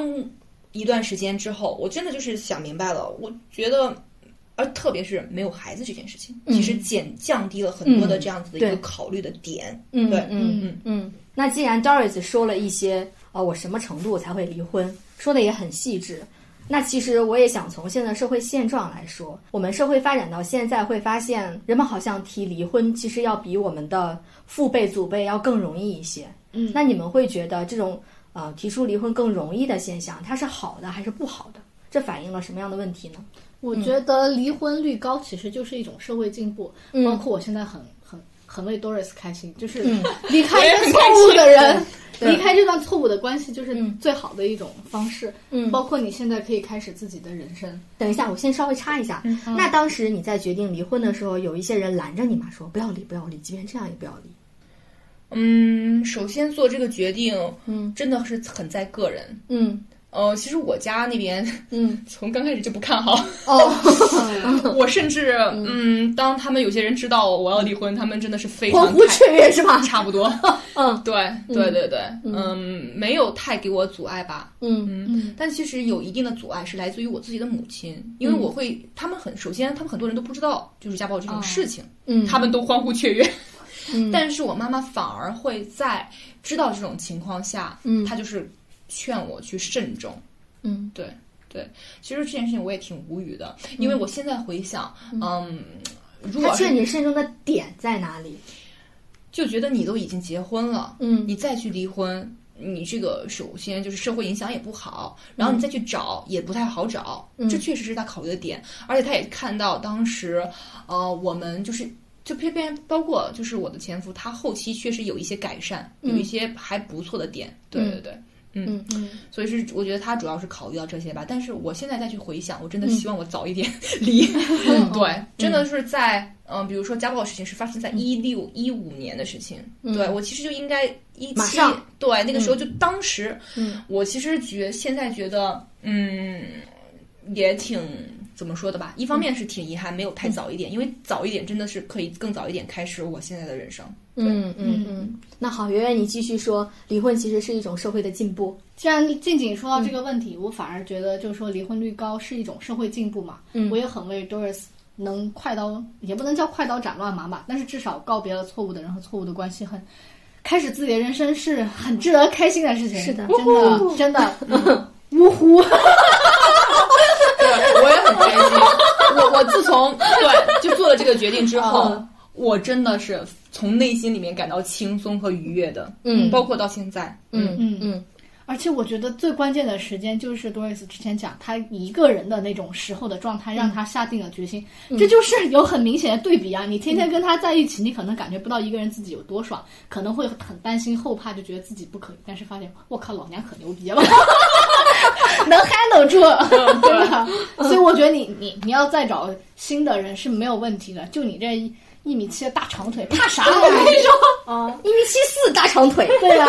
[SPEAKER 4] 一段时间之后，我真的就是想明白了，我觉得。而特别是没有孩子这件事情，其实减降低了很多的这样子的一个
[SPEAKER 2] 嗯对
[SPEAKER 4] 考虑的点。
[SPEAKER 2] 嗯
[SPEAKER 4] 对
[SPEAKER 2] 嗯
[SPEAKER 4] 嗯
[SPEAKER 2] 嗯。那既然 Doris 说了一些，呃，我什么程度才会离婚，说的也很细致。那其实我也想从现在社会现状来说，我们社会发展到现在，会发现人们好像提离婚，其实要比我们的父辈、祖辈要更容易一些。
[SPEAKER 3] 嗯
[SPEAKER 2] 那你们会觉得这种呃提出离婚更容易的现象，它是好的还是不好的？这反映了什么样的问题呢？
[SPEAKER 3] 我
[SPEAKER 2] 嗯
[SPEAKER 3] 觉得离婚率高其实就是一种社会进步，
[SPEAKER 2] 嗯
[SPEAKER 3] 包括我现在很很很为 Doris 开心，就是
[SPEAKER 2] 嗯
[SPEAKER 3] 离开
[SPEAKER 4] 我也
[SPEAKER 3] 一
[SPEAKER 4] 很
[SPEAKER 3] 个
[SPEAKER 4] 开
[SPEAKER 3] 错误的人，
[SPEAKER 2] 对对
[SPEAKER 3] 离开这段错误的关系，就是
[SPEAKER 2] 嗯
[SPEAKER 3] 最好的一种方式。
[SPEAKER 2] 嗯
[SPEAKER 3] 包括你现在可以开始自己的人生。
[SPEAKER 2] 等一下，我先稍微插一下。那当时你在决定离婚的时候，有一些人拦着你嘛，说不要离，不要离，即便这样也不要离。
[SPEAKER 4] 嗯，首先做这个决定，
[SPEAKER 2] 嗯
[SPEAKER 4] 真的是很在个人。
[SPEAKER 2] 嗯
[SPEAKER 4] 呃，其实我家那边
[SPEAKER 2] 嗯，
[SPEAKER 4] 从刚开始就不看好，
[SPEAKER 2] 哦，
[SPEAKER 4] 我甚至嗯，当他们有些人知道我要离婚，他们真的是非常
[SPEAKER 2] 欢呼
[SPEAKER 4] 开
[SPEAKER 2] 雀跃是吧？
[SPEAKER 4] 差不多，
[SPEAKER 2] 嗯
[SPEAKER 4] 对对对对，嗯，没有太给我阻碍吧，
[SPEAKER 2] 嗯
[SPEAKER 4] 嗯，但其实有一定的阻碍是来自于我自己的母亲，因为
[SPEAKER 2] 嗯
[SPEAKER 4] 我会，他们很首先，他们很多人都不知道就是家暴这种事情，
[SPEAKER 2] 嗯
[SPEAKER 4] 他们都欢呼雀跃，
[SPEAKER 2] 嗯
[SPEAKER 4] 但是我妈妈反而会在知道这种情况下，
[SPEAKER 2] 嗯
[SPEAKER 4] 她就是劝我去慎重，
[SPEAKER 2] 嗯
[SPEAKER 4] 对对，其实这件事情我也挺无语的，因为我现在回想，嗯，如
[SPEAKER 2] 他
[SPEAKER 4] 果
[SPEAKER 2] 劝
[SPEAKER 4] 是
[SPEAKER 2] 你慎重的点在哪里？
[SPEAKER 4] 就觉得你都已经结婚了，
[SPEAKER 2] 嗯
[SPEAKER 4] 你再去离婚，你这个首先就是社会影响也不好，然后你再去找也不太好找，
[SPEAKER 2] 嗯
[SPEAKER 4] 这确实是他考虑的点，而且他也看到当时，呃，我们就是。就偏偏包括就是我的前夫，他后期确实有一些改善，有一些还不错的点。对对对，
[SPEAKER 2] 嗯嗯
[SPEAKER 4] 所以是我觉得他主要是考虑到这些吧。但是我现在再去回想，我真的希望我早一点 离。对，真的是在嗯、比如说家暴的事情是发生在一六一五年的事情，对我其实就应该一
[SPEAKER 2] 马
[SPEAKER 4] 七
[SPEAKER 2] 上
[SPEAKER 4] 对那个时候就当时，
[SPEAKER 2] 嗯
[SPEAKER 4] 我其实觉现在觉得嗯也挺怎么说的吧，一方面是挺遗憾没有太早一点，因为早一点真的是可以更早一点开始我现在的人生。
[SPEAKER 2] 嗯嗯嗯。那好，圆圆，你继续说，离婚其实是一种社会的进步。
[SPEAKER 3] 既然静静说到
[SPEAKER 2] 嗯
[SPEAKER 3] 这个问题，我反而觉得就是说离婚率高是一种社会进步嘛。
[SPEAKER 2] 嗯
[SPEAKER 3] 我也很为 Doris 能快刀，也不能叫快刀斩乱麻吧，但是至少告别了错误的人和错误的关系，很开始自己的人生是很值得开心的事情。
[SPEAKER 2] 是的
[SPEAKER 3] 真的真的， 嗯呜呼！
[SPEAKER 4] 对， 我也很开心。我我自从对就做了这个决定之后
[SPEAKER 3] 嗯，
[SPEAKER 4] 我真的是从内心里面感到轻松和愉悦的。
[SPEAKER 2] 嗯
[SPEAKER 4] 包括到现在，
[SPEAKER 2] 嗯
[SPEAKER 3] 嗯
[SPEAKER 2] 嗯
[SPEAKER 3] 而且我觉得最关键的时间就是 Doris 之前讲，她一个人的那种时候的状态，让她下定了决心。这就是有很明显的对比啊！你天天跟他在一起，你可能感觉不到一个人自己有多爽，可能会很担心后怕，就觉得自己不可以。但是发现，我靠，老娘可牛逼了， 能 handle 住， 真的。所以我觉得你你你要再找新的人是没有问题的，就你这一一米七的大长腿，怕啥？我跟你说。
[SPEAKER 2] 啊，一米七四大长腿。
[SPEAKER 3] 对啊，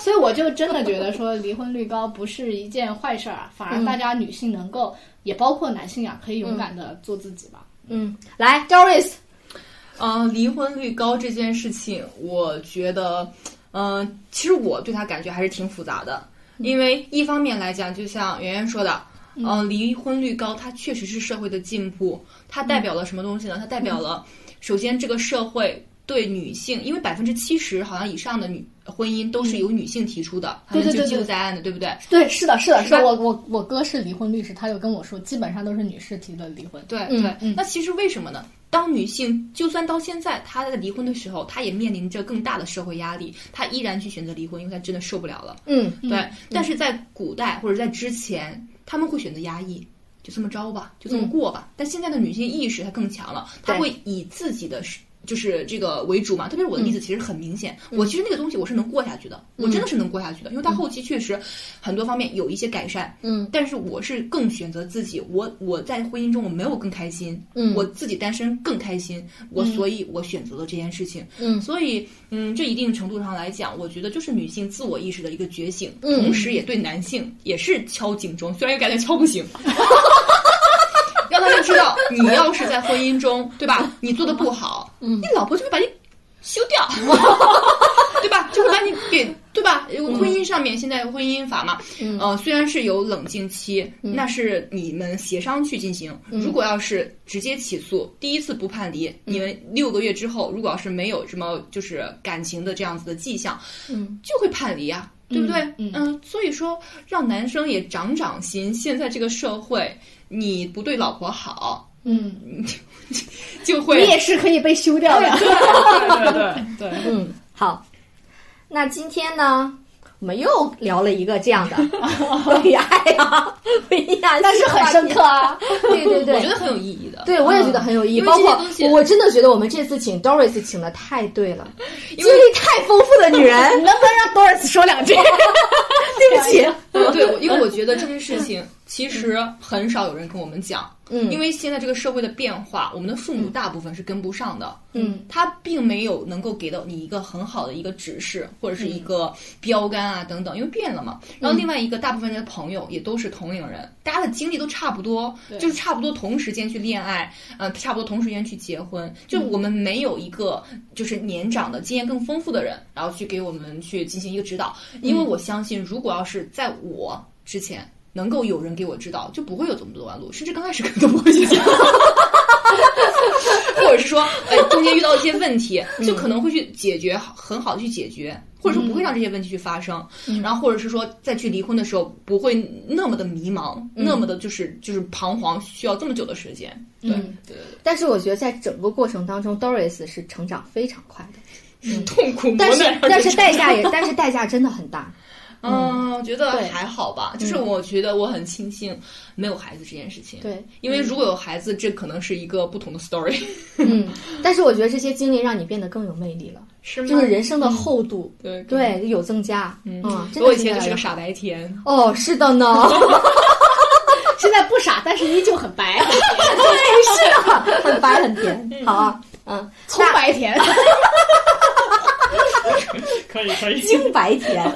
[SPEAKER 3] 所以我就真的觉得说离婚率高不是一件坏事儿 啊，反而大家女性能够，也包括男性啊，可以勇敢的做自己吧。
[SPEAKER 2] 嗯，来，Doris，
[SPEAKER 4] 嗯、离婚率高这件事情，我觉得，嗯、其实我对他感觉还是挺复杂的，
[SPEAKER 3] 嗯
[SPEAKER 4] 因为一方面来讲，就像圆圆说的，嗯、离婚率高，它确实是社会的进步，它代表了什么东
[SPEAKER 3] 嗯
[SPEAKER 4] 西呢？它代表了，首先这个社会。对女性，因为百分之七十好像以上的女婚姻都是由女性提出的，她
[SPEAKER 3] 嗯对对
[SPEAKER 4] 们就
[SPEAKER 3] 对
[SPEAKER 4] 记录
[SPEAKER 3] 对
[SPEAKER 4] 在案的，对不对？
[SPEAKER 3] 嗯对，是的，是的，是
[SPEAKER 4] 是
[SPEAKER 3] 的。
[SPEAKER 4] 吧
[SPEAKER 3] 我我我哥是离婚律师，他有跟我说，基本上都是女士提的离婚。
[SPEAKER 4] 对
[SPEAKER 2] 嗯
[SPEAKER 4] 对、
[SPEAKER 3] 嗯
[SPEAKER 4] 那其实为什么呢？当女性就算到现在她在离婚的时候，她也面临着更大的社会压力，她依然去选择离婚，因为她真的受不了了。
[SPEAKER 2] 嗯
[SPEAKER 4] 对，但是在古代或者在之前，他们会选择压抑，就这么着吧，就这么过吧。但现在的女性意识她更强了，她
[SPEAKER 2] 嗯对
[SPEAKER 4] 会以自己的是就是这个为主嘛。特别是我的
[SPEAKER 2] 嗯
[SPEAKER 4] 例子其实很明显，我其实那个东西我是能过下去的，我真的是能过下去的，因为到后期确实很多方面有一些改善，
[SPEAKER 2] 嗯
[SPEAKER 4] 但是我是更选择自己，我我在婚姻中我没有更开心，
[SPEAKER 2] 嗯
[SPEAKER 4] 我自己单身更开心，我所以我选择了这件事情，
[SPEAKER 2] 嗯
[SPEAKER 4] 所以嗯，这一定程度上来讲，我觉得就是女性自我意识的一个觉醒，
[SPEAKER 2] 嗯
[SPEAKER 4] 同时也对男性也是敲警钟，虽然又感觉敲不 醒。让他们知道，你要是在婚姻中，对吧？你做的不好，
[SPEAKER 2] 嗯
[SPEAKER 4] 你老婆就会把你休掉，对 吧？就会把你给，对吧？
[SPEAKER 3] 嗯
[SPEAKER 4] 婚姻上面现在婚姻法嘛，
[SPEAKER 2] 嗯
[SPEAKER 4] 呃，虽然是有冷静期，
[SPEAKER 3] 嗯
[SPEAKER 4] 那是你们协商去进行。如果要是直接起诉，第一次不判离，
[SPEAKER 3] 嗯
[SPEAKER 4] 你们六个月之后，如果要是没有什么就是感情的这样子的迹象，
[SPEAKER 2] 嗯
[SPEAKER 4] 就会判离啊，对不对？
[SPEAKER 3] 嗯嗯
[SPEAKER 4] 所以说让男生也长长心。现在这个社会，你不对老婆好，
[SPEAKER 3] 嗯，
[SPEAKER 4] 就
[SPEAKER 3] 你
[SPEAKER 4] 会
[SPEAKER 3] 也是可以被休掉 的。
[SPEAKER 4] 对对对对，
[SPEAKER 2] 嗯，好。那今天呢，我们又聊了一个这样的 关于爱啊、婚姻啊，
[SPEAKER 3] 但是很深刻。啊，
[SPEAKER 2] 对对对，
[SPEAKER 4] 我觉得很有意义的。
[SPEAKER 2] 对，我也觉得很有意义。
[SPEAKER 4] 因为
[SPEAKER 2] 包括
[SPEAKER 4] 这些东西
[SPEAKER 2] 我真的觉得我们这次请 Doris 请的太对了，经
[SPEAKER 4] 因为
[SPEAKER 2] 历太丰富的女人，
[SPEAKER 3] 你能不能让 Doris 说两句？
[SPEAKER 2] 对不起。
[SPEAKER 4] 对，我因为我觉得 这些事情其实很少有人跟我们讲，
[SPEAKER 2] 嗯
[SPEAKER 4] 因为现在这个社会的变化，我们的父母大部分是跟不上的，
[SPEAKER 2] 嗯，
[SPEAKER 4] 他并没有能够给到你一个很好的一个指示或者是
[SPEAKER 2] 嗯
[SPEAKER 4] 一个标杆啊等等，因为变了嘛。然后另外一个，大部分的朋友也都是同龄人，大家的经历都差不多，
[SPEAKER 3] 对
[SPEAKER 4] 就是差不多同时间去恋爱，呃，差不多同时间去结婚，就
[SPEAKER 2] 嗯
[SPEAKER 4] 我们没有一个就是年长的经验更丰富的人，然后去给我们去进行一个指导，因
[SPEAKER 2] 嗯
[SPEAKER 4] 为我相信，如果要是在我之前。能够有人给我指导，就不会有这么多弯路，甚至刚开始可能都不会去讲。 或者是说，哎，中间遇到一些问题，
[SPEAKER 2] 嗯
[SPEAKER 4] 就可能会去解决，很好的去解决，或者说不会让这些问题去发生。
[SPEAKER 2] 嗯
[SPEAKER 4] 然后，或者是说，在去离婚的时候，不会那么的迷茫，
[SPEAKER 2] 嗯
[SPEAKER 4] 那么的就是就是彷徨，需要这么久的时间。对、
[SPEAKER 3] 嗯
[SPEAKER 4] 对
[SPEAKER 2] 但是我觉得在整个过程当中，Doris 是成长非常快的，
[SPEAKER 4] 对对，痛苦磨
[SPEAKER 2] 但是
[SPEAKER 4] 难。
[SPEAKER 2] 但是代价也， 但是代价真的很大。
[SPEAKER 4] 嗯，我觉得
[SPEAKER 2] 对
[SPEAKER 4] 还好吧，就是
[SPEAKER 2] 嗯
[SPEAKER 4] 我觉得我很庆幸没有孩子这件事情。
[SPEAKER 2] 对，
[SPEAKER 4] 因为如果有孩子，这可能是一个不同的 story，
[SPEAKER 2] 嗯，但是我觉得这些经历让你变得更有魅力了，
[SPEAKER 4] 是吗？
[SPEAKER 2] 就是人生的厚度，
[SPEAKER 4] 对
[SPEAKER 2] 对，有增加。嗯
[SPEAKER 4] 嗯，
[SPEAKER 2] 真
[SPEAKER 4] 我
[SPEAKER 2] 的
[SPEAKER 4] 以前
[SPEAKER 2] 越
[SPEAKER 4] 就
[SPEAKER 2] 来
[SPEAKER 4] 是
[SPEAKER 2] 越
[SPEAKER 4] 个傻白甜。
[SPEAKER 2] 哦，是的呢，
[SPEAKER 3] 现在不傻，但是依旧很 白，
[SPEAKER 2] 对，是的，很白很甜，好啊，嗯，
[SPEAKER 3] 葱白甜。
[SPEAKER 4] 可以可以
[SPEAKER 2] 精白甜。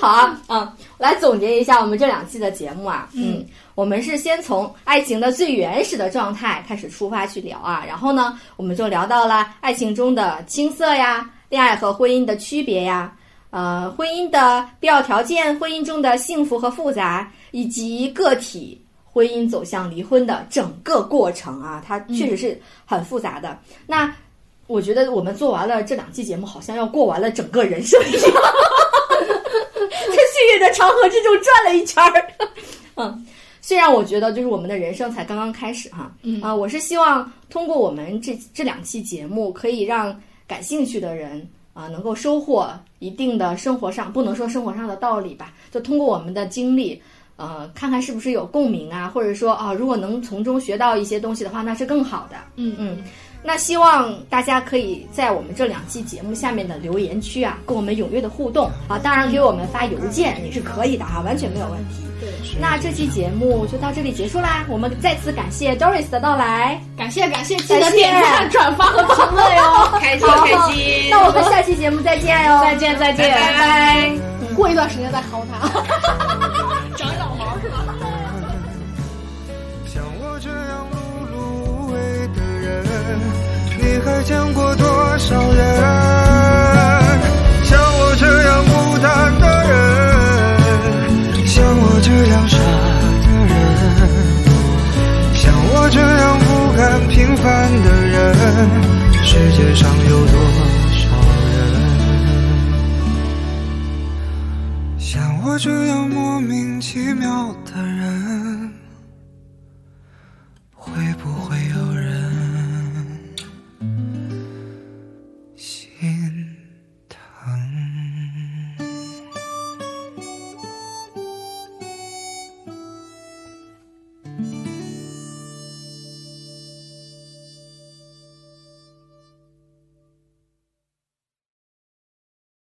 [SPEAKER 2] 好啊，嗯，来总结一下我们这两期的节目啊，嗯，我们是先从爱情的最原始的状态开始出发去聊啊，然后呢，我们就聊到了爱情中的青涩呀，恋爱和婚姻的区别呀。呃，婚姻的必要条件，婚姻中的幸福和复杂，以及个体婚姻走向离婚的整个过程啊，它确实是很复杂的。那我觉得我们做完了这两期节目，好像要过完了整个人生一样，在岁月的长河之中转了一圈儿。嗯，虽然我觉得就是我们的人生才刚刚开始哈、嗯啊、我是希望通过我们这这两期节目，可以让感兴趣的人啊、能够收获一定的生活上，不能说生活上的道理吧，就通过我们的经历。呃，看看是不是有共鸣啊，或者说啊，如果能从中学到一些东西的话，那是更好的。
[SPEAKER 3] 嗯
[SPEAKER 2] 嗯，那希望大家可以在我们这两期节目下面的留言区啊，跟我们踊跃的互动
[SPEAKER 3] 嗯
[SPEAKER 2] 啊，当然给我们发邮件也是可以的啊，完全没有问题。
[SPEAKER 3] 嗯对，
[SPEAKER 2] 那这期节目就到这里结束啦，我们再次感谢 Doris 的到来，
[SPEAKER 3] 感谢感 谢，记
[SPEAKER 2] 感
[SPEAKER 3] 得
[SPEAKER 2] 谢
[SPEAKER 3] 点赞、转发和评论哟。
[SPEAKER 4] 开心开心，
[SPEAKER 2] 那我们下期节目再见哦哟，
[SPEAKER 3] 再见再见，
[SPEAKER 4] 拜
[SPEAKER 3] 拜。过一段时间再薅它，长一长毛是吧？
[SPEAKER 1] 像我这样碌碌无为的人，你还见过多少人？像我这样孤单的人，像我这样傻的人，像我这样不甘平凡的